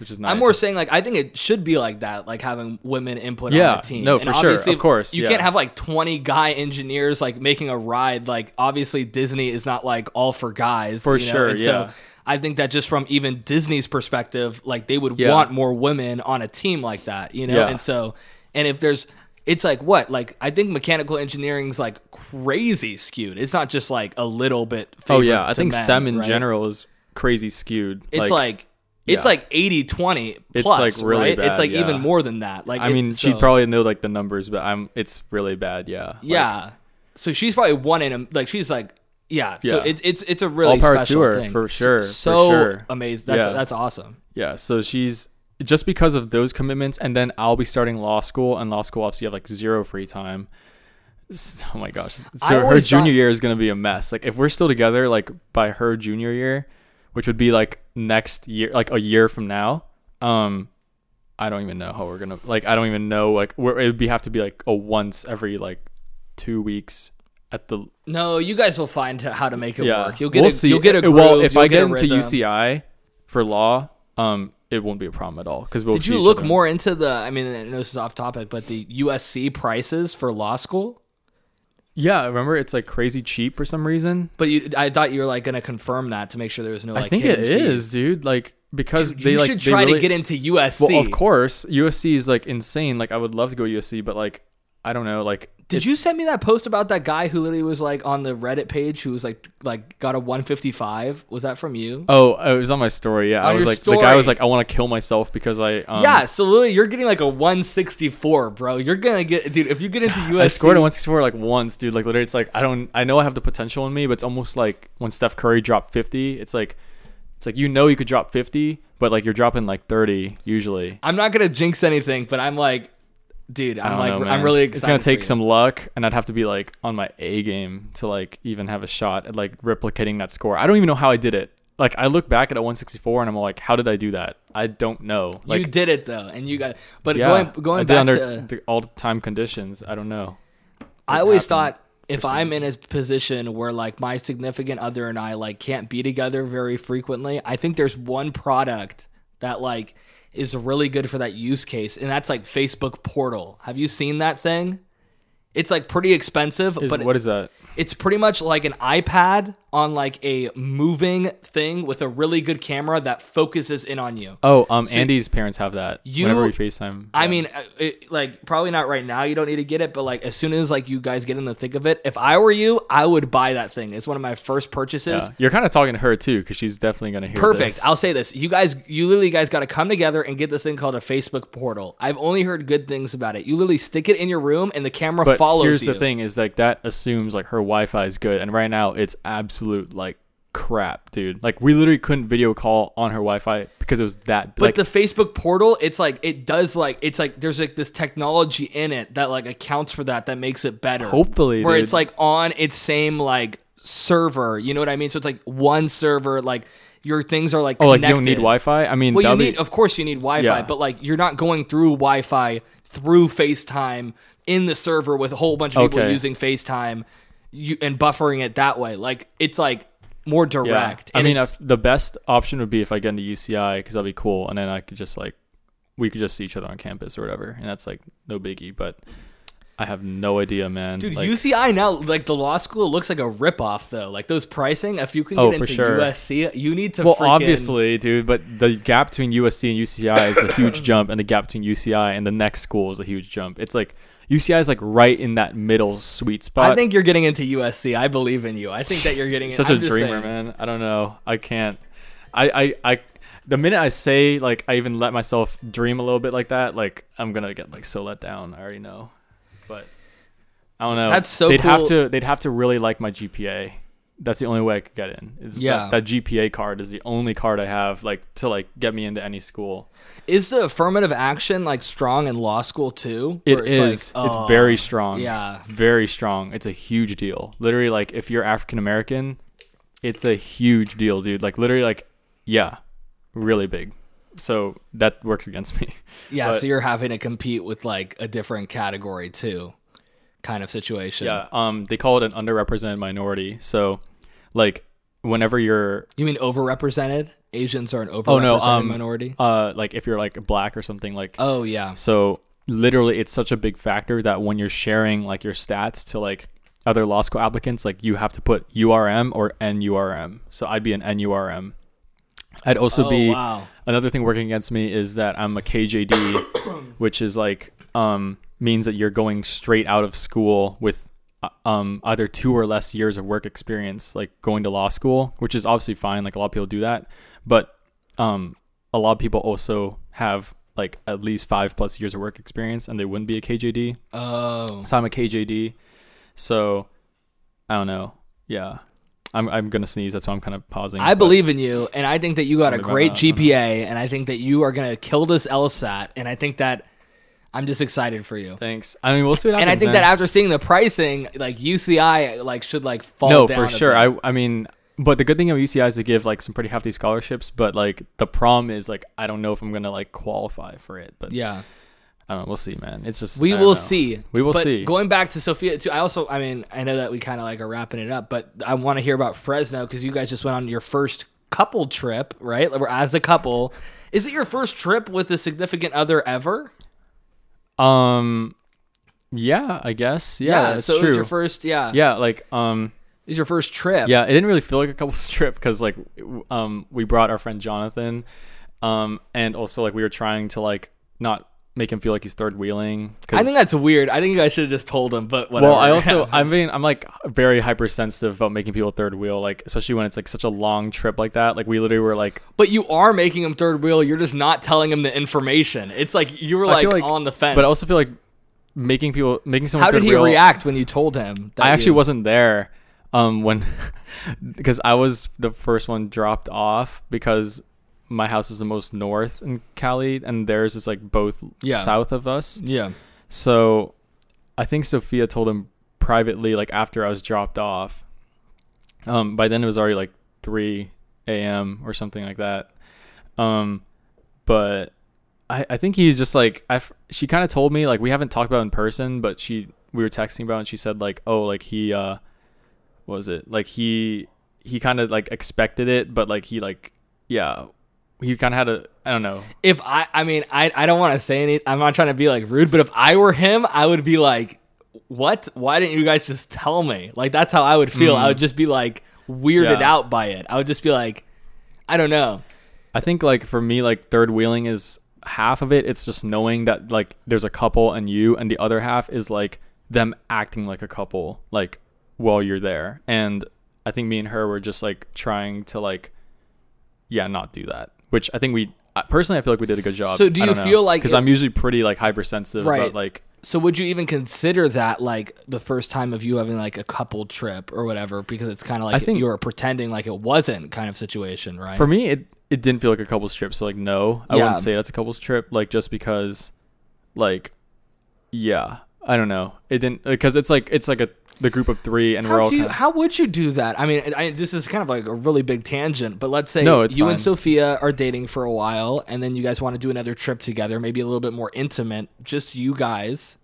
which is nice.
I'm more saying like I think it should be like that, like having women input on
Yeah,
the team.
no, for sure,
obviously,
of course,
you
yeah.
can't have like 20 guy engineers like making a ride. Like obviously, Disney is not like all for guys.
For
you know?
sure,
and
yeah.
So I think that just from even Disney's perspective, like they would
Yeah.
want more women on a team like that, you know.
Yeah.
And so, and if there's it's like what like i think mechanical engineering's like crazy skewed it's not just like a little bit
oh
favored
yeah, I
to
think
men,
STEM in
right?
general is crazy skewed.
it's like, it's
yeah.
like 80 20
It's,
plus
like, really
right?
bad,
it's like
yeah.
even more than that like
I
it-
mean,
so-
she'd probably know like the numbers, but I'm. It's really bad. Yeah. Like,
yeah so she's probably one in a like she's like yeah, so
Yeah.
it's it's it's a really
All power to
special
her,
thing
for
S-
sure, for
so
sure.
amazing that's
Yeah.
that's awesome
Yeah, so she's just because of those commitments, and then I'll be starting law school, and law school obviously you have like zero free time. S- Oh my gosh!
I
So her
always
junior
thought-
year is gonna be a mess. Like if we're still together, like by her junior year, which would be like next year, like a year from now. Um, I don't even know how we're gonna like. I don't even know like where it would be have to be like a once every like two weeks at the
no you guys will find how to make it
yeah.
work you'll get
we'll
a,
see. Uh,
you'll get a groove,
well if
you'll
I
get,
get,
a
into
rhythm.
UCI for law, um, it won't be a problem at all because we'll.
did
see
you
each
look
other.
more into the i mean I know this is off topic but the usc prices for law school
Yeah, remember it's like crazy cheap for some reason.
but you i thought you were like going to confirm that to make sure there was no like
I think it
hidden
is,
fees.
dude. Like because
Dude,
they
you
like
should
they
try
really-
to get into usc
Well, of course, USC is like insane. Like I would love to go to USC, but like I don't know. Like
Did
it's-
you send me that post about that guy who literally was like on the Reddit page who was like like got a 155? Was that from you?
Oh, it was on my story. Yeah,
On
I was
your
like the guy was
story.
like, I want to kill myself because I um,
yeah, so literally you're getting like a 164, bro. You're gonna get dude if you get into USC.
I scored a 164 like once, dude. Like literally, it's like I don't. I know I have the potential in me, but it's almost like when Steph Curry dropped 50. It's like, it's like you know you could drop 50, but like you're dropping like 30 usually.
I'm not gonna jinx anything, but I'm like, dude,
I
I'm
don't
like
know,
I'm
man.
really excited.
It's gonna
for
take
you.
some luck, and I'd have to be like on my A game to like even have a shot at like replicating that score. I don't even know how I did it. Like I look back at a 164 and I'm like, how did I do that? I don't know. Like
you did it though, and you got but
yeah,
going going
I did
back
under
to
the all time conditions. I don't know.
I always
happened
thought if I'm in a position where like my significant other and I like can't be together very frequently, I think there's one product that like is really good for that use case, and that's like Facebook Portal. Have you seen that thing? It's like pretty expensive,
Is,
but
what
it's,
is that?
it's pretty much like an iPad on like a moving thing with a really good camera that focuses in on you.
Oh, um, Andy's parents have that.
you-
whenever we FaceTime,
I
yeah.
mean, uh, it, like probably not right now. You don't need to get it, but like as soon as like you guys get in the thick of it, if I were you, I would buy that thing. It's one of my first purchases.
Yeah. you're kind of talking to her too, because she's definitely gonna hear.
Perfect.
this.
I'll say this: you guys, you literally guys got to come together and get this thing called a Facebook portal. I've only heard good things about it. You literally stick it in your room, and the camera
but
follows
here's
you.
the thing: is like that assumes like her Wi-Fi is good, and right now it's absolute like crap, dude. Like we literally couldn't video call on her Wi-Fi because it was that.
But
like,
the Facebook portal, it's like it does like it's like there's like this technology in it that like accounts for that that makes it better.
Hopefully,
where
dude.
it's like on its same like server, you know what I mean? So it's like one server, like your things are like
oh, like
connected.
you don't need Wi-Fi. I mean,
Well, you
that'd be-
need, of course, you need Wi-Fi,
Yeah.
but like you're not going through Wi-Fi through FaceTime in the server with a whole bunch of people
Okay.
using FaceTime, you and buffering it that way. Like it's like more
yeah.
direct.
I
and
mean,
it's-
if the best option would be if I get into UCI because that'd be cool, and then I could just like we could just see each other on campus or whatever, and that's like no biggie. But I have no idea, man.
Dude,
Like,
UCI now, like the law school, looks like a ripoff though. Like those pricing, if you can get
Oh, for
into
sure.
USC, you need to.
well,
freaking-
obviously, dude, but the gap between USC and UCI is a huge jump, and the gap between UCI and the next school is a huge jump. It's like UCI is like right in that middle sweet spot.
I think you're getting into USC. I believe in you. I think that you're getting
such
i
a dreamer, man. I don't know. I can't. I, I, I, the minute I say like I even let myself dream a little bit like that, like I'm gonna get like so let down. I already know, but I don't know.
That's so
They'd have
cool.
to. They'd have to really like my GPA. That's the only way I could get in. It's
Yeah.
yeah. That, that GPA card is the only card I have like to like get me into any school.
Is the affirmative action like strong in law school too?
It
Or
is. It's,
like, oh,
very strong.
yeah.
Very strong. It's a huge deal. Literally, like if you're African American, it's a huge deal, dude. Like literally, like yeah, really big. So that works against me.
Yeah,
but-
so you're having to compete with like a different category too, kind of situation.
Yeah. Um, they call it an underrepresented minority. So, like, whenever you're
You mean overrepresented? Asians are an overrepresented
oh no um
minority.
uh like if you're like black or something like
Oh yeah.
So literally, it's such a big factor that when you're sharing like your stats to like other law school applicants, like you have to put URM or NURM. So I'd be an NURM. I'd also
Oh,
be
wow.
another thing working against me is that I'm a KJD, which is like um, means that you're going straight out of school with uh, um, either two or less years of work experience, like going to law school, which is obviously fine. Like a lot of people do that, but um, a lot of people also have like at least five plus years of work experience, and they wouldn't be a KJD.
Oh.
So I'm a KJD. So I don't know. Yeah, I'm I'm gonna sneeze. That's why I'm kind of pausing.
I
but-
believe in you, and I think that you got a
What about
great
that? I don't know.
GPA, and I think that you are going to kill this LSAT, and I think that I'm just excited for you.
Thanks. I mean, we'll see what
And
happens.
I think
man.
that after seeing the pricing, like UCI, like should like fall.
no
down
for
a
sure
bit.
i i mean but the good thing of uci is they give like some pretty hefty scholarships but like the problem is like i don't know if i'm gonna like qualify for it but yeah
yeah,
i don't know we'll see man it's just
we
I
will
don't know.
see.
we will
But
see
Going back to Sophia too, I also, I mean, I know that we kind of like are wrapping it up, but I want to hear about Fresno because you guys just went on your first couple trip, right? Like, we're as a couple. Is it your first trip with a significant other ever?
um yeah i guess yeah, that's
so it
true
was your first. Yeah,
yeah like um
it was your first trip.
yeah it didn't really feel like a couple trip because like w- um we brought our friend jonathan um and also like we were trying to like not make him feel like he's third wheeling 'cause-
I think that's weird. I think you guys should have just told him, but whatever.
Well, I also, I mean, I'm like very hypersensitive about making people third wheel, like especially when it's like such a long trip like that. Like we literally were like,
but you are making him third wheel. You're just not telling him the information. It's like you were
I
like,
feel like
on the fence.
but I also feel like making people making someone.
how
third
did he
wheel,
react when you told him? That
I actually
you-
wasn't there um, when because I was the first one dropped off because my house is the most north in Cali, and theirs is like both
Yeah.
south of us.
Yeah.
So I think Sophia told him privately, like after I was dropped off. Um, by then it was already like three AM or something like that. Um, but I, I think he's just like I f- she kind of told me like we haven't talked about it in person, but she we were texting about it and she said like oh like he uh what was it like he he kind of like expected it but like he like yeah he kind of had a I don't know
If I, I mean, I, I don't want to say any. I'm not trying to be like rude, but if I were him, I would be like, "What? Why didn't you guys just tell me?" Like that's how I would feel. I would just be like weirded
Mm. Yeah.
out by it. I would just be like, I don't know.
I think like for me, like third wheeling is half of it. It's just knowing that like there's a couple and you, and the other half is like them acting like a couple, like while you're there. And I think me and her were just like trying to like, yeah, not do that. Which I think we I- personally, I feel like we did a good job.
So do you feel like
because
it-
I'm usually pretty like hypersensitive,
Right.
about like
So would you even consider that like the first time of you having like a couple trip or whatever? Because it's kind of like
I think-
you were pretending like it wasn't kind of situation, right?
For me, it it didn't feel like a couples trip. So like, no, I
Yeah.
wouldn't say that's a couples trip. Like just because, like, yeah, I don't know. It didn't because it's like it's like a the group of three, and we're
how
all
do you,
kind of-
how would you do that? I mean, I, this is kind of like a really big tangent, but let's say
No, it's
you and
fine.
Sophia are dating for a while, and then you guys want to do another trip together, maybe a little bit more intimate, just you guys.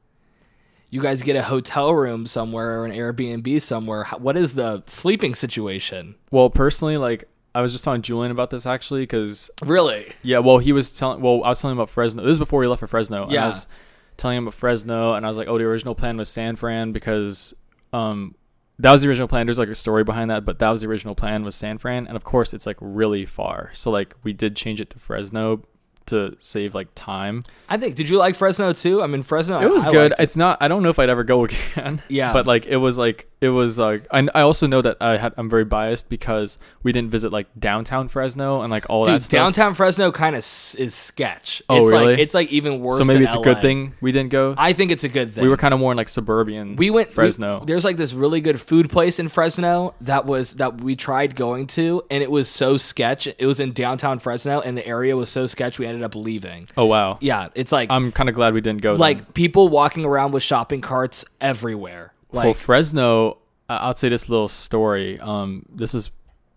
You guys get a hotel room somewhere or an Airbnb somewhere. How, what is the sleeping situation?
well personally like. I was just talking to Julian about this actually because
Really?
yeah, well he was telling well I was telling him about Fresno. This is before he left for Fresno. and
Yeah.
I was telling him about Fresno, and I was like, oh, the original plan was San Fran because um, that was the original plan. There's like a story behind that, but that was the original plan was San Fran, and of course it's like really far. So like we did change it to Fresno to save like time.
I think. Did you like Fresno too? I mean, Fresno.
It was
I- I
good.
liked
It's not. I don't know if I'd ever go again.
Yeah.
But like it was like it was like I, I also know that I had I'm very biased because we didn't visit like downtown Fresno and like all
Dude,
that stuff.
downtown Fresno kind of s- is sketch.
Oh,
it's Like,
really?
it's like even worse.
so maybe
than
it's a good
LA.
thing we didn't go.
I think it's a good thing.
we were kind of more in like suburban.
we went we-
Fresno.
there's like this really good food place in Fresno that was that we tried going to, and it was so sketch. It was in downtown Fresno, and the area was so sketch. We ended up leaving.
oh wow.
Yeah, it's like
I'm kind of glad we didn't go.
like people walking around with shopping carts everywhere.
For
Like
Fresno, I- I'll say this little story. Um, this is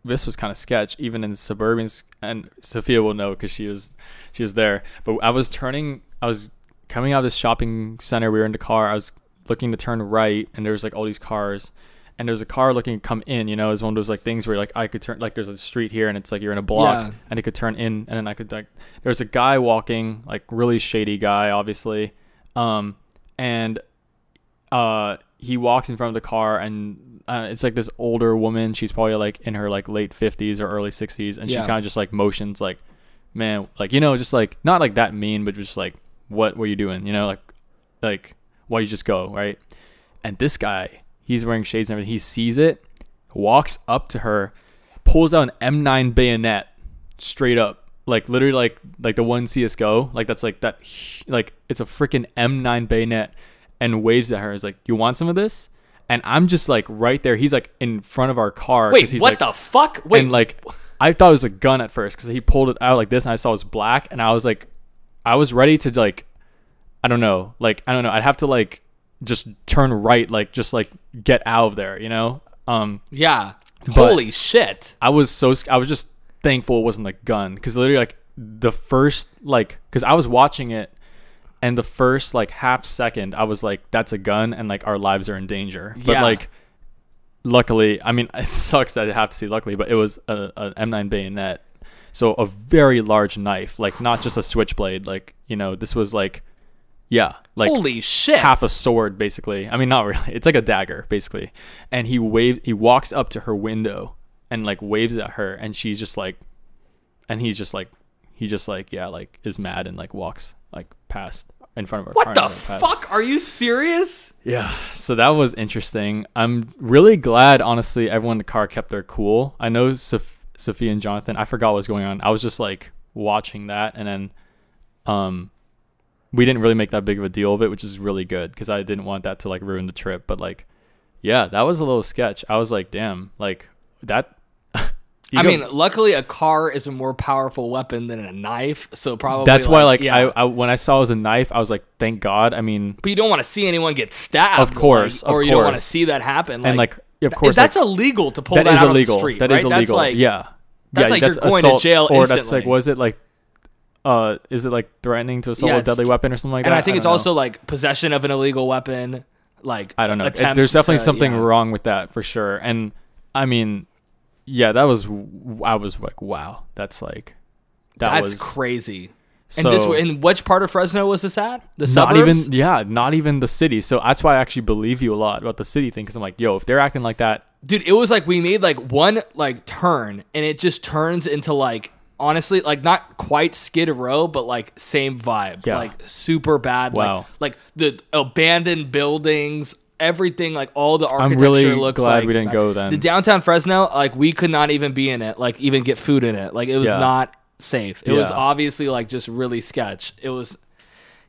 this was kind of sketch, even in suburban. s- And Sophia will know because she was she was there. But I was turning, I was coming out of this shopping center. We were in the car. I was looking to turn right, and there was like all these cars. And there's a car looking to come in, you know, it's one of those like things where like I could turn like there's a street here and it's like you're in a block
Yeah.
and it could turn in and then I could like there's a guy walking, like really shady guy, obviously. Um and uh he walks in front of the car and uh, it's like this older woman she's probably like in her like late 50s or early 60s and she
Yeah.
kind of just like motions like man like you know just like not like that mean but just like what were you doing you know like like why you just go right and this guy he's wearing shades and everything he sees it walks up to her pulls out an m9 bayonet straight up like literally like like the one csgo like that's like that hu- like it's a freaking m9 bayonet and waves at her is like you want some of this and i'm just like right there he's like in front of our car 'cause
wait,
he's
what
like,
the fuck? Wait,
and like I thought it was a gun at first because he pulled it out like this, and I saw it was black, and I was like, I was ready to like, I don't know, like I don't know, I'd have to like just turn right, like just like get out of there, you know. Um,
yeah, holy shit.
I was so sc- I was just thankful it wasn't a gun because literally like the first like because I was watching it. And the first like half second, I was like, "That's a gun," and like our lives are in danger. But
Yeah.
like, luckily, I mean, it sucks that I have to see luckily, but it was a, a M9 bayonet. So a very large knife, like not just a switchblade, like, you know, this was like, yeah, like
holy shit.
half a sword basically. I mean, not really. It's like a dagger basically. And he wave he walks up to her window and like waves at her and she's just like and he's just like he just like yeah, like is mad and like walks like past in front of her car
what
and
the
went past.
fuck? Are you serious?
Yeah, so that was interesting. I'm really glad, honestly, everyone in the car kept their cool. I know Sof- Sophia and Jonathan. I forgot what was going on. I was just like watching that, and then um, we didn't really make that big of a deal of it, which is really good because I didn't want that to like ruin the trip. But like, yeah, that was a little sketch. I was like, damn, like that.
I mean, luckily a car is a more powerful weapon than a knife, so probably
that's why, like,
yeah.
I, I when I saw it was a knife, I was like, thank God. I mean,
but you don't want to see anyone get stabbed,
Of course,
like,
of
or you don't want to
course.
see that happen. Like,
and like, of
th-
course,
that's
like,
illegal to pull that,
that is
out
illegal.
on the street.
That
right?
is illegal.
That's like,
yeah.
that's
yeah,
like you're going to jail
or that's like
instantly.
was it like uh is it like threatening to assault
Yeah,
with a
it's-
deadly weapon or something like
and
that?
I think it's
don't know.
also like possession of an illegal weapon. Like
I don't know. It-
attempt
there's definitely
to-
something
yeah.
wrong with that for sure. And I mean, yeah, that was w- I was like, wow, that's like that
That's
was
crazy.
so-
and this in which part of Fresno was this at? The
not
suburbs.
even yeah, not even the city. So that's why I actually believe you a lot about the city thing because I'm like, yo, if they're acting like that,
dude it was like we made like one like turn and it just turns into like honestly like not quite skid row but like same vibe
Yeah.
like super bad
Wow.
like, like the abandoned buildings everything like all the architecture
really
looks
glad
like
we didn't go then.
the downtown fresno like we could not even be in it like even get food in it like it was
Yeah.
not safe it was
Yeah.
obviously like just really sketch it was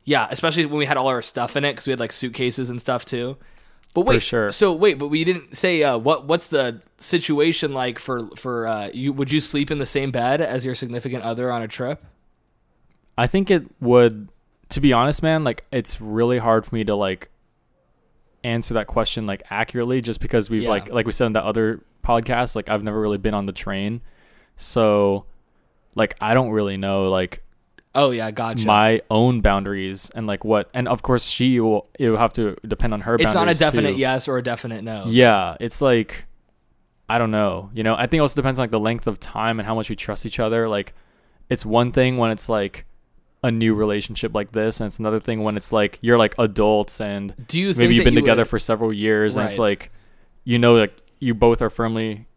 yeah especially when we had all our stuff in it because we had like suitcases and stuff too but wait,
sure.
So wait, but we didn't say uh, what what's the situation like for for uh, you? Would you sleep in the same bed as your significant other on a trip?
I think it would to be honest, man, like it's really hard for me to like answer that question like accurately just because we've
Yeah.
like like we said in the other podcast, like I've never really been on the train. So like I don't really know like
Oh yeah, gotcha.
my own boundaries and like what and of course she will it will have to depend on her
it's not a
boundaries,
definite
too.
yes or a definite no.
Yeah, it's like I don't know. You know, I think it also depends on like the length of time and how much we trust each other. Like it's one thing when it's like a new relationship like this, and it's another thing when it's like you're like adults and
Do you think
maybe you've
that
been
you
together
would-
for several years, and it's
Right.
like you know like you both are firmly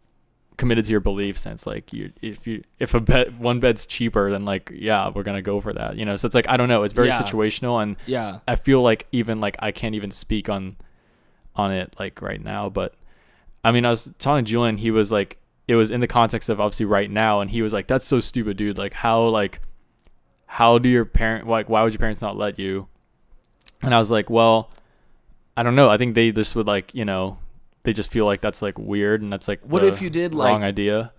committed to your beliefs, and it's like you if you if a bed one bed's cheaper, then like yeah, we're gonna go for that, you know. So it's like I don't know, it's very
Yeah.
situational, and
Yeah.
I feel like even like I can't even speak on on it like right now, but I mean, I was telling Julian, he was like, it was in the context of obviously right now, and he was like, "That's so stupid, dude. Like, how like, how do your parent like? Why would your parents not let you?" And I was like, "Well, I don't know. I think they just would like, you know, they just feel like that's like weird, and that's like,
What
the
if you did,
wrong
like-
idea?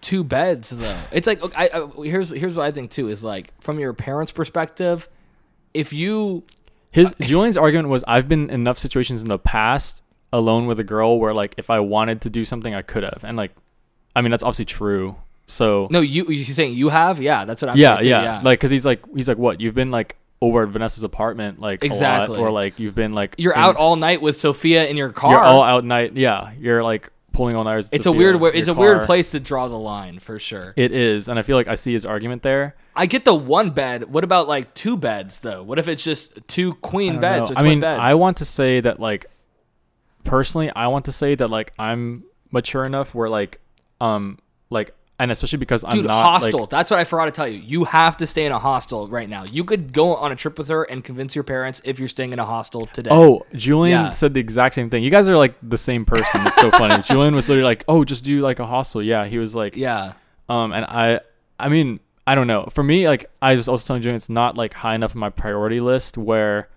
two beds though. It's like okay, I, I here's here's what I think too is like from your parents' perspective, if you
His Julian's argument was, I've been in enough situations in the past alone with a girl where like if I wanted to do something, I could have, and like, I mean, that's obviously true. So
no you you're saying you have yeah that's what I'm
yeah,
saying too,
yeah,
yeah
Like, cause he's like, he's like, what? You've been like over at Vanessa's apartment, like a lot,
Exactly.
or like you've been like
you're
in-
out all night with Sophia in your car.
you're all out night. Yeah, you're like pulling all nighters.
it's a weird where- it's a weird place to draw the line for sure.
It is, and I feel like I see his argument there.
I get the one bed. What about like two beds though? What if it's just two queen
I don't
beds
know.
or
I
twin
mean,
beds?
I want to say that like personally, I want to say that like I'm mature enough where like um like and especially because I'm
Dude,
not
hostel.
like
That's what I forgot to tell you. You have to stay in a hostel right now. You could go on a trip with her and convince your parents if you're staying in a hostel today.
Oh, Julian
Yeah.
said the exact same thing. You guys are like the same person. It's so funny. Julian was literally like, "Oh, just do like a hostel." Yeah, he was like,
yeah.
Um, and I, I mean, I don't know. For me, like I was also telling Julian, it's not like high enough on my priority list where,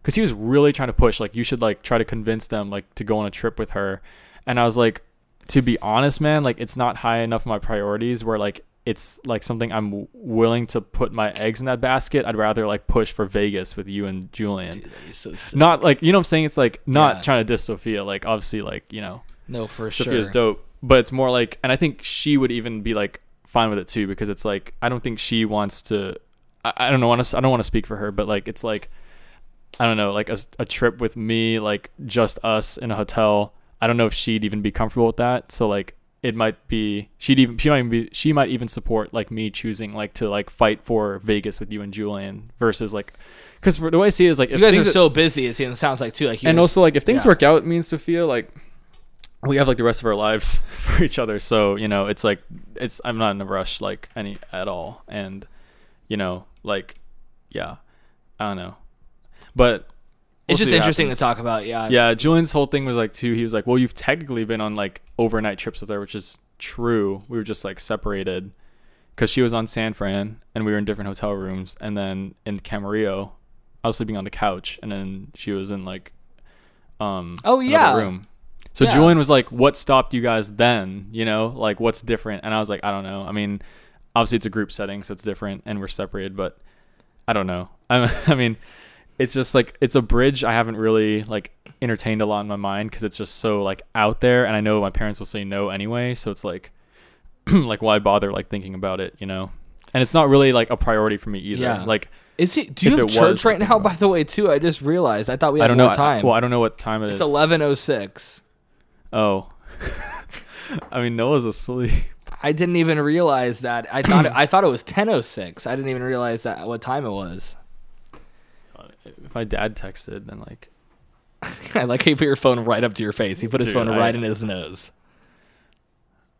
because he was really trying to push, like you should like try to convince them like to go on a trip with her, and I was like, to be honest, man, like it's not high enough on my priorities where like it's like something I'm w- willing to put my eggs in that basket. I'd rather like push for Vegas with you and Julian.
He's so sick.
Not like you know what I'm saying. It's like not
Yeah.
trying to diss Sophia. Like obviously, like you know,
No, for
Sophia's
sure.
dope, but it's more like, and I think she would even be like fine with it too because it's like I don't think she wants to. I, I don't know. Honest, I don't want to speak for her, but like it's like I don't know, like a, s- a trip with me, like just us in a hotel. I don't know if she'd even be comfortable with that. So like it might be she'd even she might even be she might even support like me choosing like to like fight for Vegas with you and Julian versus like because the way I see it is like if
You guys are
things-
so busy. It seems- sounds like too. Like you
and
guys-
also like if things
yeah.
work out me and sophia like we have like the rest of our lives for each other so you know it's like it's i'm not in a rush like any at all and you know like yeah i don't know but we'll
it's just
see what
interesting
happens.
to talk about. Yeah.
yeah julian's whole thing was like too he was like well you've technically been on like overnight trips with her which is true we were just like separated because she was on san fran and we were in different hotel rooms and then in camarillo i was sleeping on the couch and then she was in like um
Oh,
another
yeah.
room so
Yeah.
julian was like what stopped you guys then you know like what's different and i was like i don't know i mean obviously it's a group setting so it's different and we're separated but i don't know i, I mean it's just like it's a bridge i haven't really like entertained a lot in my mind because it's just so like out there and i know my parents will say no anyway so it's like like why bother like thinking about it you know and it's not really like a priority for me either
Yeah.
like
Is he? Do you
If
have
it
church
was,
right
I
now?
think
By the way, too, I just realized. I thought we had
i don't
more
know I-
time.
well i don't know what time it
it's
is.
eleven oh six.
oh i mean noah's asleep
I didn't even realize that. I thought it, I thought it was ten oh six. I didn't even realize that what time it was.
if my dad texted then like
I like how he put your phone right up to your face. He put his
Dude,
phone
I-
right in his nose.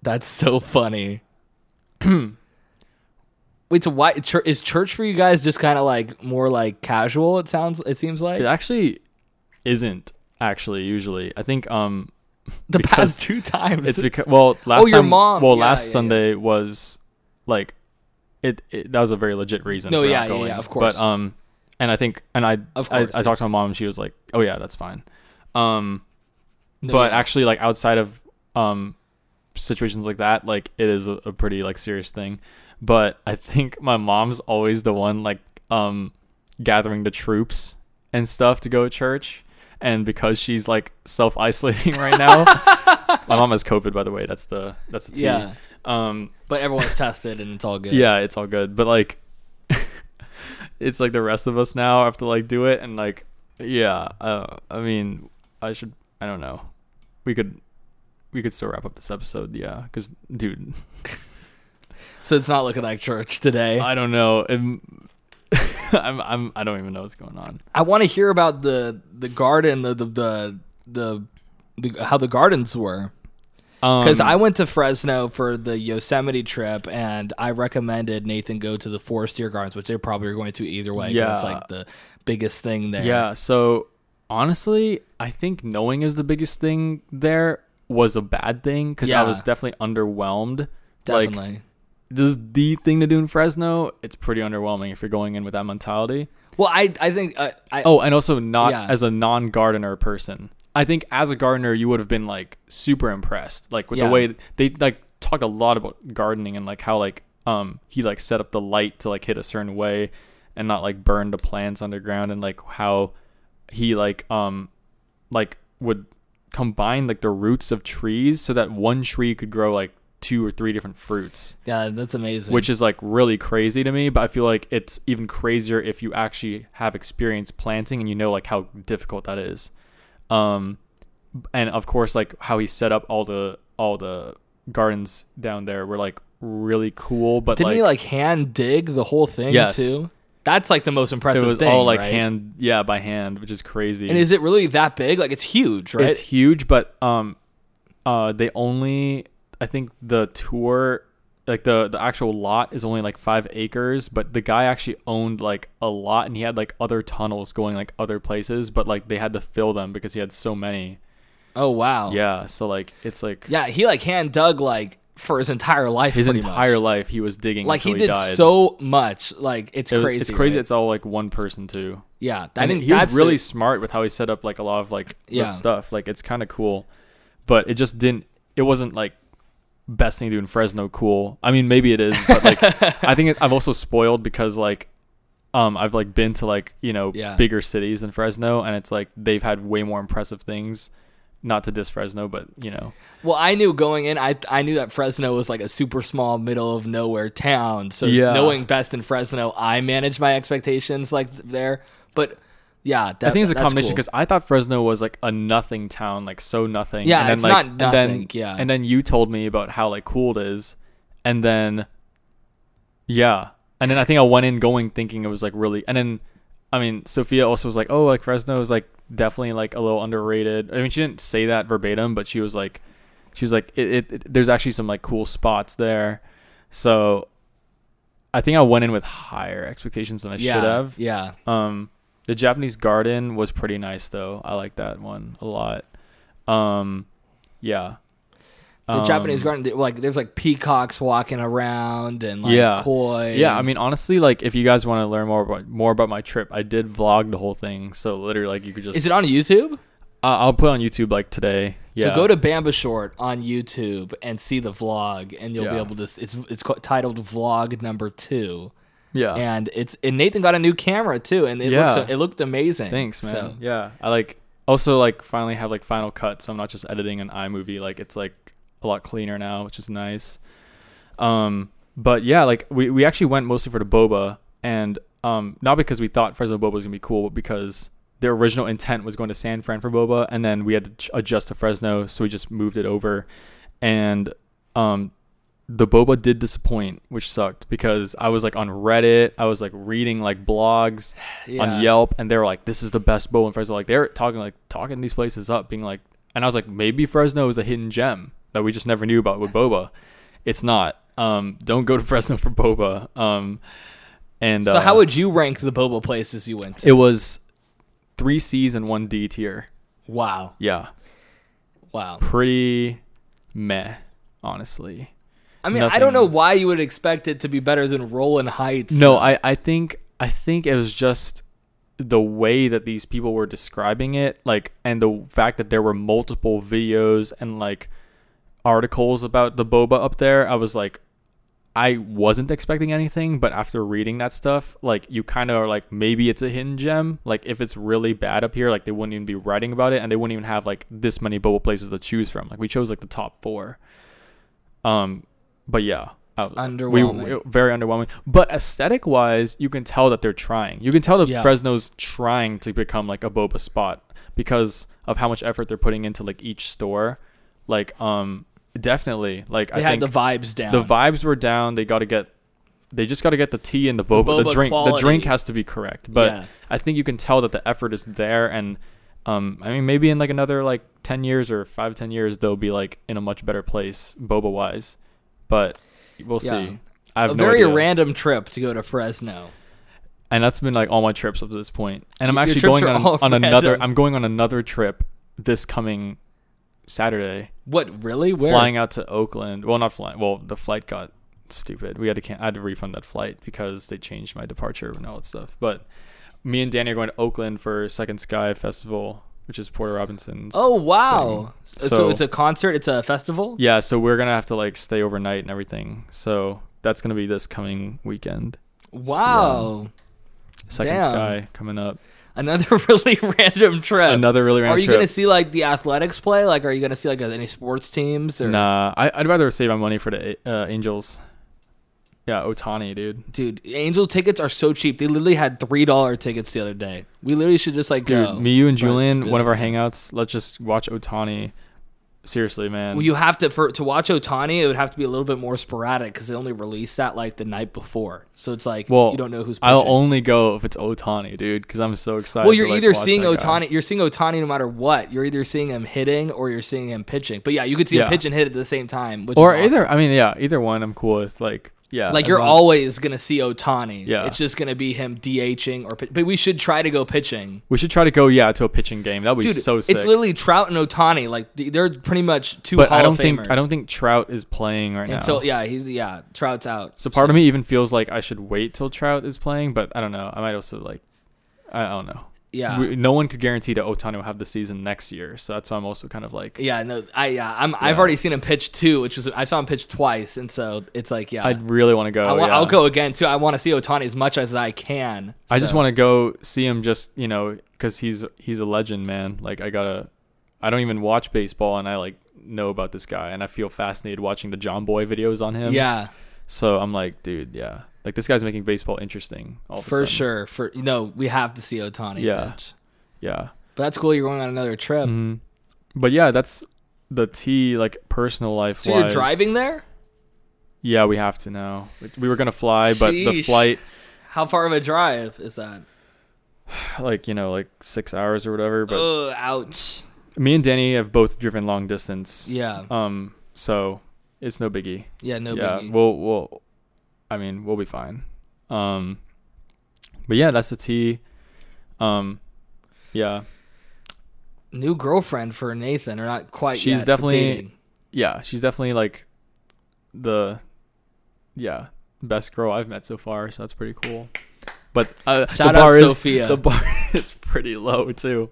That's so funny. Wait, so why chur- is church for you guys just kind of like more like casual? It sounds. It seems like
it actually isn't actually usually i think um
the
because-
past two times.
it's because well last
Oh, your
time-
mom.
well
Yeah,
last
yeah, yeah.
sunday was like it, it that was a very legit reason
No,
for
yeah,
not
yeah, yeah,
going.
of course.
but um and i think and i
Of
I,
course,
I
yeah.
talked to my mom and she was like oh yeah that's fine um
No,
but
yeah.
actually like outside of um situations like that like it is a, a pretty like serious thing but i think my mom's always the one like um gathering the troops and stuff to go to church and because she's like self-isolating right now my mom has covid by the way that's the that's the tea.
yeah.
um
But everyone's tested and it's all good.
yeah it's all good but like it's like the rest of us now have to like do it and like yeah uh, i mean i should i don't know we could we could still wrap up this episode yeah because dude
So it's not looking like church today.
i don't know it, I'm, I'm I don't even know what's going on.
I want to hear about the the garden, the the the, the, the how the gardens were.
Um,
Because I went to Fresno for the Yosemite trip, and I recommended Nathan go to the Forest Deer Gardens, which they probably are going to either way. 'cause
Yeah.
it's like the biggest thing there.
Yeah. So honestly, I think knowing is the biggest thing. There was a bad thing because
Yeah.
I was definitely underwhelmed. Like
definitely.
this is the thing to do in Fresno. It's pretty underwhelming if you're going in with that mentality.
well, I I think uh, I
Oh, and also not
Yeah.
as a non-gardener person. I think as a gardener, you would have been like super impressed, like with
Yeah.
the way they like talked a lot about gardening and like how like um he like set up the light to like hit a certain way and not like burn the plants underground and like how he like um like would combine like the roots of trees so that one tree could grow like two or three different fruits
yeah, that's amazing.
which is like really crazy to me but i feel like it's even crazier if you actually have experience planting and you know like how difficult that is um and of course like how he set up all the all the gardens down there were like really cool but
didn't
like,
he like hand dig the whole thing
Yes.
too? That's like the most
it
impressive.
was
thing,
all like
right?
hand yeah by hand which is crazy
And is it really that big? Like it's huge, right?
It's huge, but um, uh, they only I think the tour, like the the actual lot is only like five acres, but the guy actually owned like a lot, and he had like other tunnels going like other places, but like they had to fill them because he had so many.
oh wow.
Yeah, so like it's like
Yeah, he like hand dug like for his entire life.
his
pretty
entire
much.
life he was digging.
like
until
he
he,
did
died.
so much. Like it's
It was-
crazy.
It's crazy.
right?
It's all like one person too.
yeah, I
I
think
think he was
that's
really
the-
smart with how he set up like a lot of like the
Yeah.
stuff. Like it's kind of cool, but it just didn't. It wasn't like best thing to do in Fresno. Cool. I mean, maybe it is, but like I think it, I've also spoiled because like um I've like been to like you know
Yeah.
bigger cities than Fresno, and it's like they've had way more impressive things. Not to diss Fresno, but you know,
well. I knew going in, I I knew that Fresno was like a super small, middle of nowhere town. So
Yeah.
knowing best in Fresno, I manage my expectations like there. But yeah, that,
I think it's a
that's
combination
cool.
because I thought Fresno was like a nothing town, like so nothing.
Yeah,
and then,
it's
like,
not
And
nothing,
then,
yeah.
and then you told me about how like cool it is, and then yeah, and then I think I went in going thinking it was like really, and then I mean Sophia also was like, oh, like Fresno is like definitely like a little underrated. I mean, she didn't say that verbatim, but she was like, she was like, it, it, it there's actually some like cool spots there, so. I think I went in with higher expectations than I
yeah,
should have.
yeah,
Um, the Japanese garden was pretty nice though. I like that one a lot. Um, yeah.
the
Um,
Japanese garden like there's like peacocks walking around and like
Yeah.
koi.
Yeah, I
and-
mean honestly, like if you guys want to learn more about more about my trip, I did vlog the whole thing. So literally, like you could just
is it on YouTube?
I- I'll put it on YouTube like today. Yeah.
So go to Bamba Short on YouTube and see the vlog, and you'll be
Yeah.
able to. s- It's it's ca- titled Vlog Number Two,
yeah.
and it's and Nathan got a new camera too, and it
Yeah.
looked it looked amazing.
Thanks, man.
So,
Yeah, I like also like finally have like Final Cut, so I'm not just editing an iMovie. Like it's like a lot cleaner now, which is nice. Um, but yeah, like we we actually went mostly for the boba, and um, not because we thought Fresno boba was gonna be cool, but because their original intent was going to San Fran for boba, and then we had to ch- adjust to Fresno, so we just moved it over, and um. The boba did disappoint, which sucked because I was like on Reddit, I was like reading like blogs,
Yeah.
on Yelp, and they were like, "This is the best bowl in Fresno." Like they're talking like talking these places up, being like, and I was like, maybe Fresno is a hidden gem that we just never knew about with boba. It's not. Um, don't go to Fresno for boba. Um, and
So
uh,
how would you rank the boba places you went to?
it was three C's and one D tier.
wow,
Yeah,
wow.
pretty meh, honestly.
I mean, I don't
nothing-
know why you would expect it to be better than Roland Heights.
No, I, I think I think it was just the way that these people were describing it, like and the fact that there were multiple videos and like articles about the boba up there, I was like I wasn't expecting anything, but after reading that stuff, like you kind of are like maybe it's a hidden gem. Like if it's really bad up here, like they wouldn't even be writing about it and they wouldn't even have like this many boba places to choose from. Like we chose like the top 4. Um but yeah, I was-
Underwhelming.
it- very underwhelming. But aesthetic wise, you can tell that they're trying. You can tell that
Yeah.
Fresno's trying to become like a boba spot because of how much effort they're putting into like each store. Like um definitely like
they
I
had
think
the vibes down.
the vibes were down. They got to get they just got to get the tea and the boba, the,
boba
drink. The
quality.
drink has to be correct, but
Yeah.
I think you can tell that the effort is there. And um, I mean, maybe in like another like ten years or five ten years, they'll be like in a much better place boba wise. But we'll
Yeah.
see. I have
a
no
very
idea.
random trip to go to Fresno.
and that's been like all my trips up to this point. And I'm
Your
actually
trips
going
are
on,
all
on another.
random.
I'm going on another trip this coming Saturday.
What really? Where?
Flying out to Oakland. Well, not flying. Well, the flight got stupid. We had to can- I had to refund that flight because they changed my departure and all that stuff. But me and Danny are going to Oakland for Second Sky Festival, which is Porter Robinson's.
Oh wow! So,
thing.
it's a concert. It's a festival.
yeah. So we're gonna have to like stay overnight and everything. So that's gonna be this coming weekend.
Wow!
Second
Damn.
Sky coming up.
Another really random trip.
Another really
Are
random
you
trip.
gonna see like the athletics play? Like, are you gonna see like any sports teams? Or
Nah, I, I'd rather save my money for the uh, Angels. Yeah, Otani, dude.
dude, Angel tickets are so cheap. They literally had three dollar tickets the other day. We literally should just like
Dude,
go.
me, you,
But
and
it's
Julian, one of
Oh, busy.
our hangouts. Let's just watch Otani. Seriously, man.
Well, you have to for to watch Otani. It would have to be a little bit more sporadic because they only released that like the night before. So it's like
Well,
you don't know who's. Pitching.
I'll only go if it's Otani, dude, because I'm so excited.
Well,
to,
you're
like,
either
watch
seeing
that guy.
Otani, you're seeing Otani no matter what. You're either seeing him hitting or you're seeing him pitching. But yeah, you could see
Yeah.
him pitch and hit at the same time, which
or
is awesome.
either. I mean, yeah, either one. I'm cool with like, yeah,
like
as
you're
long-
always gonna see Otani.
Yeah.
it's just gonna be him DHing or. Pitch- but we should try to go pitching.
We should try to go, yeah, to a pitching game. That would be
Dude,
so sick.
it's literally Trout and Otani. Like th- they're pretty much two
but
Hall
I don't
of
think
Famers.
I don't think Trout is playing right now.
until yeah he's yeah Trout's out.
So part of me even feels like I should wait till Trout is playing, but I don't know. I might also like, I I don't know.
Yeah.
We- no one could guarantee that Otani will have the season next year, so that's why I'm also kind of like,
yeah, no, I yeah, I'm I've
Yeah.
already seen him pitch two, which was I saw him pitch twice, and so it's like yeah,
I really want to go.
I wa-
yeah.
I'll go again too. I want to see Otani as much as I can.
I just
so.
want to go see him, just you know, because he's he's a legend, man. Like I gotta, I don't even watch baseball, and I like know about this guy, and I feel fascinated watching the John Boy videos on him.
Yeah,
So I'm like, dude, yeah, like this guy's making baseball interesting. All of a
for
sudden.
sure. For you know, we have to see Otani.
Yeah.
pitch.
Yeah.
but that's cool. You're going on another trip.
Mhm. But yeah, that's the T like personal life.
So you're driving there?
Yeah, we have to now. We- We were gonna fly, but the
Sheesh.
flight,
How far of a drive is that?
like you know, like six hours or whatever. But
Oh, ouch.
me and Danny have both driven long distance.
Yeah,
Um. So it's no biggie.
yeah, no
yeah.
biggie.
We'll we'll. I mean, we'll be fine. Um. But yeah, that's the T. Um. Yeah.
New girlfriend for Nathan, or not quite.
She's
yet, but
definitely-
dating.
Yeah. She's definitely like the. Yeah. Best girl I've met so far, so that's pretty cool. But uh,
Shout
the
out
bar is
Sophia.
the bar is pretty low too,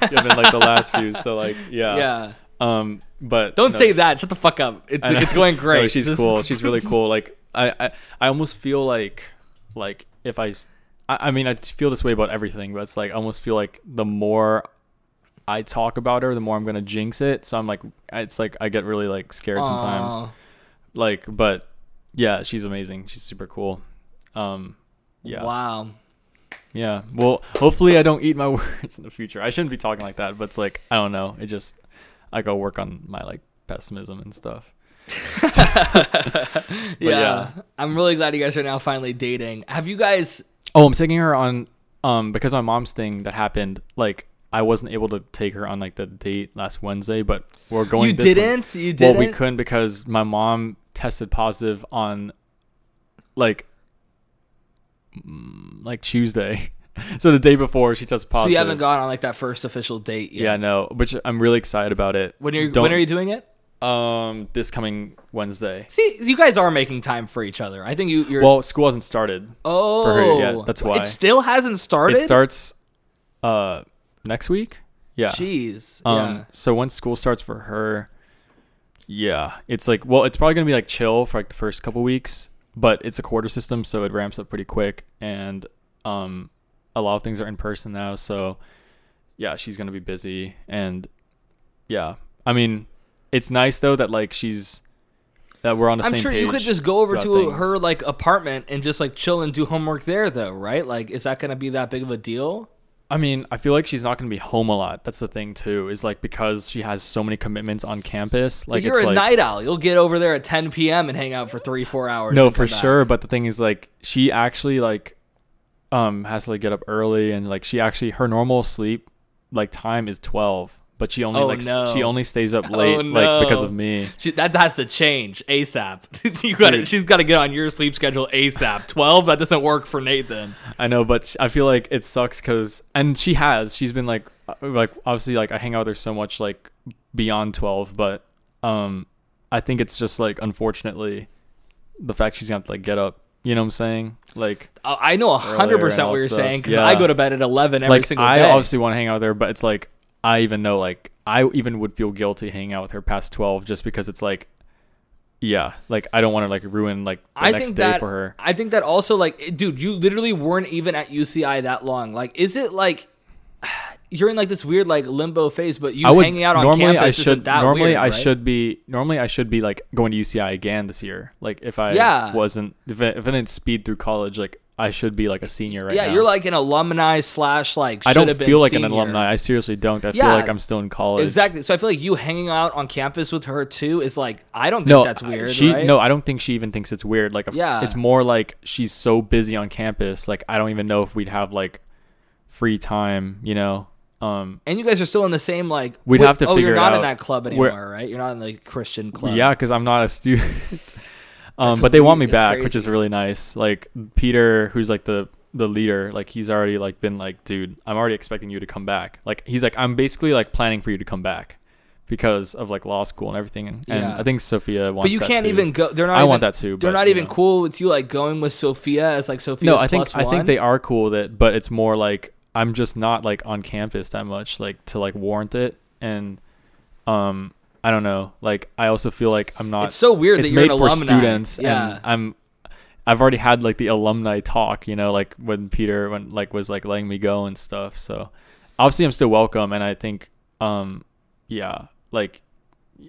given like the last few. So like yeah,
yeah.
Um, but
Don't
no,
say that. Shut the fuck up. It's
I know.
it's going great.
No, she's
This
cool.
is-
She's really cool. Like I, I, I almost feel like, like if I, s- I, I mean, I feel this way about everything, but it's like I almost feel like the more I talk about her, the more I'm gonna jinx it. So I'm like, it's like I get really like scared sometimes.
Aw,
Like, but yeah, she's amazing. She's super cool. Um, yeah,
Wow.
yeah. Well, hopefully I don't eat my words in the future. I shouldn't be talking like that, but it's like I don't know. It just I go work on my like pessimism and stuff.
yeah.
yeah.
I'm really glad you guys are now finally dating. Have you guys?
Oh, I'm taking her on um because my mom's thing that happened, like I wasn't able to take her on like the date last Wednesday, but we're going
You
this one-
didn't. You didn't.
Well, we couldn't because my mom tested positive on like mm, like Tuesday. so the day before she
so
tested positive.
you haven't gone on like that first official date yet.
Yeah, no, which I'm really excited about it.
When are you,
Don't-
when are you doing it?
um this coming Wednesday.
See, you guys are making time for each other. I think you. You're,
Well, school hasn't started.
oh,
her, yeah, that's why.
it still hasn't started.
It starts uh next week. Yeah.
Jeez.
Um, So once school starts for her, yeah, it's like well, it's probably gonna be like chill for like the first couple weeks, but it's a quarter system, so it ramps up pretty quick, and um, a lot of things are in person now, so yeah, she's gonna be busy, and yeah, I mean, it's nice though that like she's that we're on the
yeah. I'm
same
sure
page.
you could just go over
about
to
things.
her like apartment and just like chill and do homework there, though, right? Like, is that going to be that big of a deal?
I mean, I feel like she's not going to be home a lot. That's the thing too. Is like because she has so many commitments on campus. Like
But you're
it's
a
like,
night owl. You'll get over there at 10 p.m. and hang out for three, four hours.
No,
and
for
come back.
sure. But the thing is, like, she actually like um has to like get up early, and like she actually her normal sleep like time is twelve, but she only
Oh,
like s-
no. Oh,
she only stays up late like because of
no.
me.
She, that has to change ASAP. you got to
Dude.
She's got to get on your sleep schedule ASAP. 12, that doesn't work for Nathan.
I know, but sh- I feel like it sucks because and she has she's been like uh, like obviously like I hang out with her so much like beyond twelve, but um I think it's just like unfortunately the fact she's gonna have to like get up. You know what I'm saying? Like
Uh, I I know
Earlier
100%
and all
what you're
stuff.
saying because
Yeah.
I go to bed at 11 every
like
single
I
day.
obviously want to hang out with her, but it's like I even know like I even would feel guilty hanging out with her past twelve just because it's like yeah, like I don't want to like ruin like the
I
next
think
day
that
for her.
I think that also like it- dude, you literally weren't even at UCI that long. Like is it like you're in like this weird like limbo phase but you
I would
hanging out on
normally
campus
I should
isn't that
normally
weird,
I
right?
should be normally I should be like going to UCI again this year. Like if I
Yeah.
wasn't if I, if I didn't speed through college, like I should be like a senior right
Yeah,
now.
you're like an alumni slash like
I don't
should've been
feel like an
senior.
alumni. I seriously don't. I
Yeah.
feel like I'm still in college.
Exactly. So I feel like you hanging out on campus with her too is like I don't think
no,
that's
I-
weird.
She
right?
no, I don't think she even thinks it's weird. Like, if-
Yeah.
it's more like she's so busy on campus. Like, I don't even know if we'd have like free time. You know, um,
And you guys are still in the same like.
We'd have to
Oh,
figure
you're
it
not in
out.
that club anymore,
We're-
right? You're not in the Christian
yeah,
club.
yeah, because I'm not a student. um, but they want me
weird. That's
back, which is really nice. Like Peter, who's like the the leader, like he's already like been like, dude, I'm already expecting you to come back. Like he's like, I'm basically like planning for you to come back because of like law school and everything. And, and
Yeah.
I think Sophia wants.
But you
that
can't
too.
even go. They're not.
I
even,
want that too,
They're
but,
not
you
even
know.
cool with you like going with Sophia as like Sophia.
no i think
one.
i think they are cool with it but it's more like i'm just not like on campus that much like to like warrant it and um i don't know like i also feel like i'm not
It's so weird
it's
that you're
made
an
for
alumni.
students
Yeah.
and i'm i've already had like the alumni talk you know like when peter when like was like letting me go and stuff so obviously i'm still welcome and i think um yeah like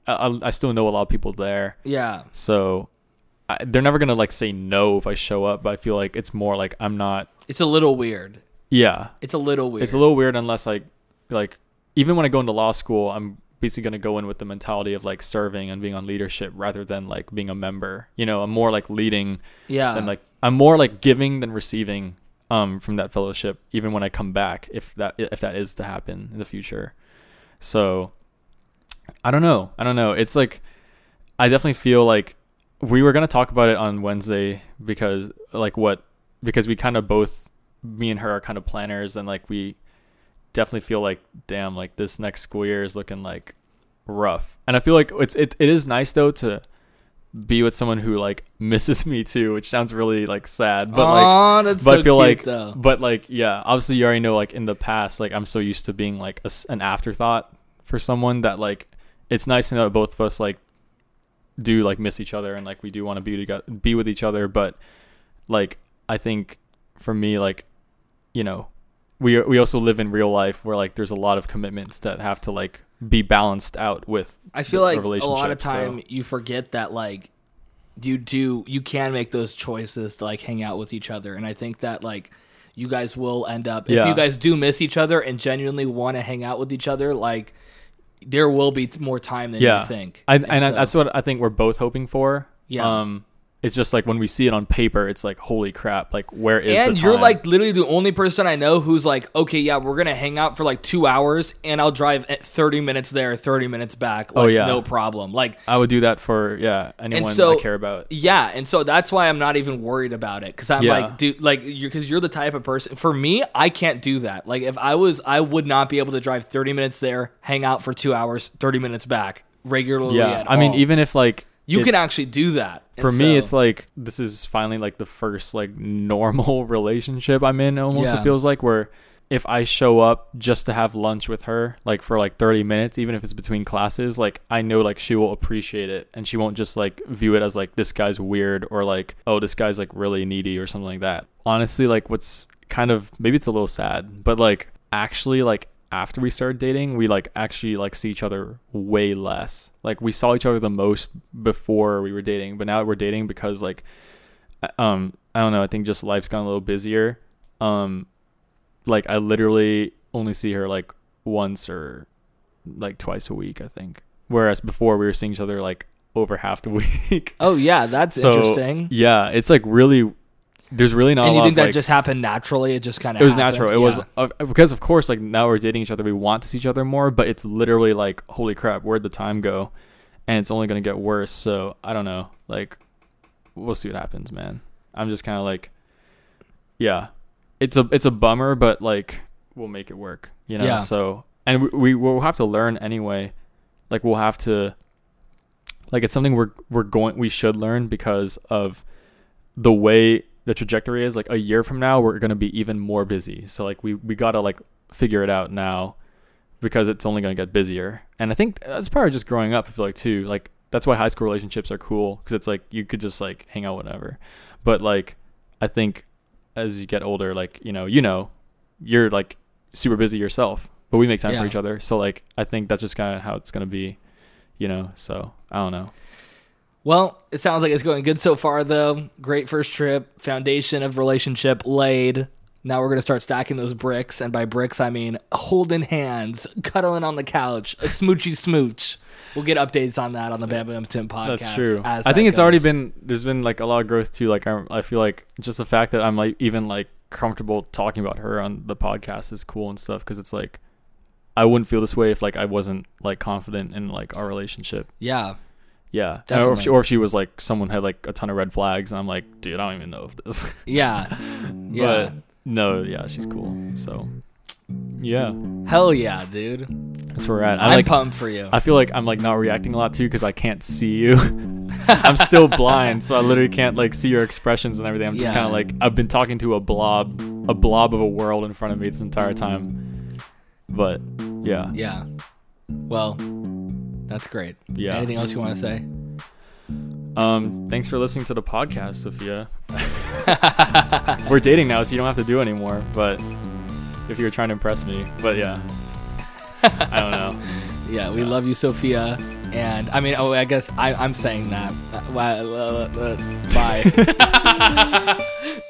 i, I- I still know a lot of people there
yeah.
so I, they're never gonna like say no if I show up. But I feel like it's more like I'm not.
It's a little weird.
Yeah,
It's a little weird.
it's a little weird unless like like even when I go into law school, I'm basically gonna go in with the mentality of like serving and being on leadership rather than like being a member. You know, I'm more like leading
yeah.
than like I'm more like giving than receiving. Um, from that fellowship, even when I come back, if that if that is to happen in the future, so I don't know. I don't know. It's like I definitely feel like we were gonna talk about it on Wednesday because like what because we kind of both me and her are kind of planners and like we definitely feel like damn like this next school year is looking like rough and I feel like it's it, it is nice though to be with someone who like misses me too which sounds really like sad but like
Aw, that's
but
so
I feel
cute,
like,
though.
but like, yeah, obviously you already know, like in the past, like I'm so used to being like a s an afterthought for someone that like, it's nice to know that both of us like do like miss each other and like we do want to be together, be with each other. But like, I think for me, like, you know, we, we also live in real life where like, there's a lot of commitments that have to like be balanced out with.
I feel
the-
like a
the
lot of
relationship, so-
time you forget that like you do you can make those choices to like hang out with each other and I think that like you guys will end up if
Yeah.
you guys do miss each other and genuinely want to hang out with each other like there will be t- more time than
yeah.
you think.
I, and I,
so-
that's what I think we're both hoping for.
Yeah.
Um, it's just like when we see it on paper, it's like, holy crap! Like, where is?
and
the
you're
time?
like literally the only person I know who's like, okay, yeah, we're gonna hang out for like two hours, and I'll drive at 30 minutes there, 30 minutes back. Like,
Oh, yeah.
no problem. Like,
I would do that for yeah anyone
so-
I care about.
Yeah, and so that's why I'm not even worried about it because I'm
Yeah.
like, dude, like you're because you're the type of person. For me, I can't do that. Like if I was, I would not be able to drive 30 minutes there, hang out for two hours, 30 minutes back regularly.
Yeah,
at
I mean,
all.
even if like
you can
it's-
actually do that. And
for me,
so-
it's like this is finally like the first like normal relationship I'm in. Almost
Yeah.
it feels like where if I show up just to have lunch with her, like for like 30 minutes, even if it's between classes, like I know like she will appreciate it and she won't just like view it as like this guy's weird or like oh this guy's like really needy or something like that. Honestly, like what's kind of maybe it's a little sad, but like actually like after we started dating, we like actually like see each other way less. Like we saw each other the most before we were dating, but now that we're dating because like I- um I don't know, I think just life's gotten a little busier. Um like I literally only see her like once or like twice a week, I think. Whereas before we were seeing each other like over half the week.
Oh yeah, that's
so
interesting.
yeah, it's like really there's really not.
and
a
you
lot
think
of,
that
like-
just happened naturally? It just kind of
it was natural. It was uh, because of course like now we're dating each other, we want to see each other more, but it's literally like holy crap, where'd the time go? And it's only gonna get worse. So I don't know. Like we'll see what happens, man. I'm just kind of like, yeah, it's a it's a bummer, but like we'll make it work, you know.
Yeah.
So and we, we will have to learn anyway. Like we'll have to. Like it's something we're we're going we should learn because of the way the trajectory is like a year from now we're going to be even more busy so like we we got to like figure it out now because it's only going to get busier and i think that's probably just growing up i feel like too like that's why high school relationships are cool because it's like you could just like hang out whenever but like i think as you get older like you know you know you're like super busy yourself but we make time
Yeah.
for each other so like i think that's just kind of how it's going to be you know so i don't know
Well, it sounds like it's going good so far, though. Great first trip, foundation of relationship laid. Now we're going to start stacking those bricks. And by bricks, I mean holding hands, cuddling on the couch, a smoochy smooch. We'll get updates on that on the Bam Bam Tim podcast.
That's true.
as
I
that
think it's already
goes.
been there's been like a lot of growth too. Like I, I feel like just the fact that I'm like even like comfortable talking about her on the podcast is cool and stuff because it's like I wouldn't feel this way if like I wasn't like confident in like our relationship.
Yeah.
Yeah, And- or if, she,
Definitely.
or if she was like someone had like a ton of red flags and I'm like, dude, I don't even know if this.
Yeah. Yeah.
but no, yeah, she's cool. So yeah,
Hell yeah, dude.
that's where we're at. I
I'm
like.
pumped for you.
I feel like I'm like not reacting a lot too because I can't see you. I'm still blind, so I literally can't like see your expressions and everything. I'm just
Yeah.
kind of like I've been talking to a blob, a blob of a world in front of me this entire time. But yeah,
yeah. Well, that's great.
Yeah.
Anything else you want to say?
um, thanks for listening to the podcast, Sophia. We're dating now, so you don't have to do anymore. But if you were trying to impress me, but yeah, I don't know.
Yeah, we love you, Sophia. And I mean, oh, I guess I, I'm saying that. Uh, why- uh, uh, uh, Bye.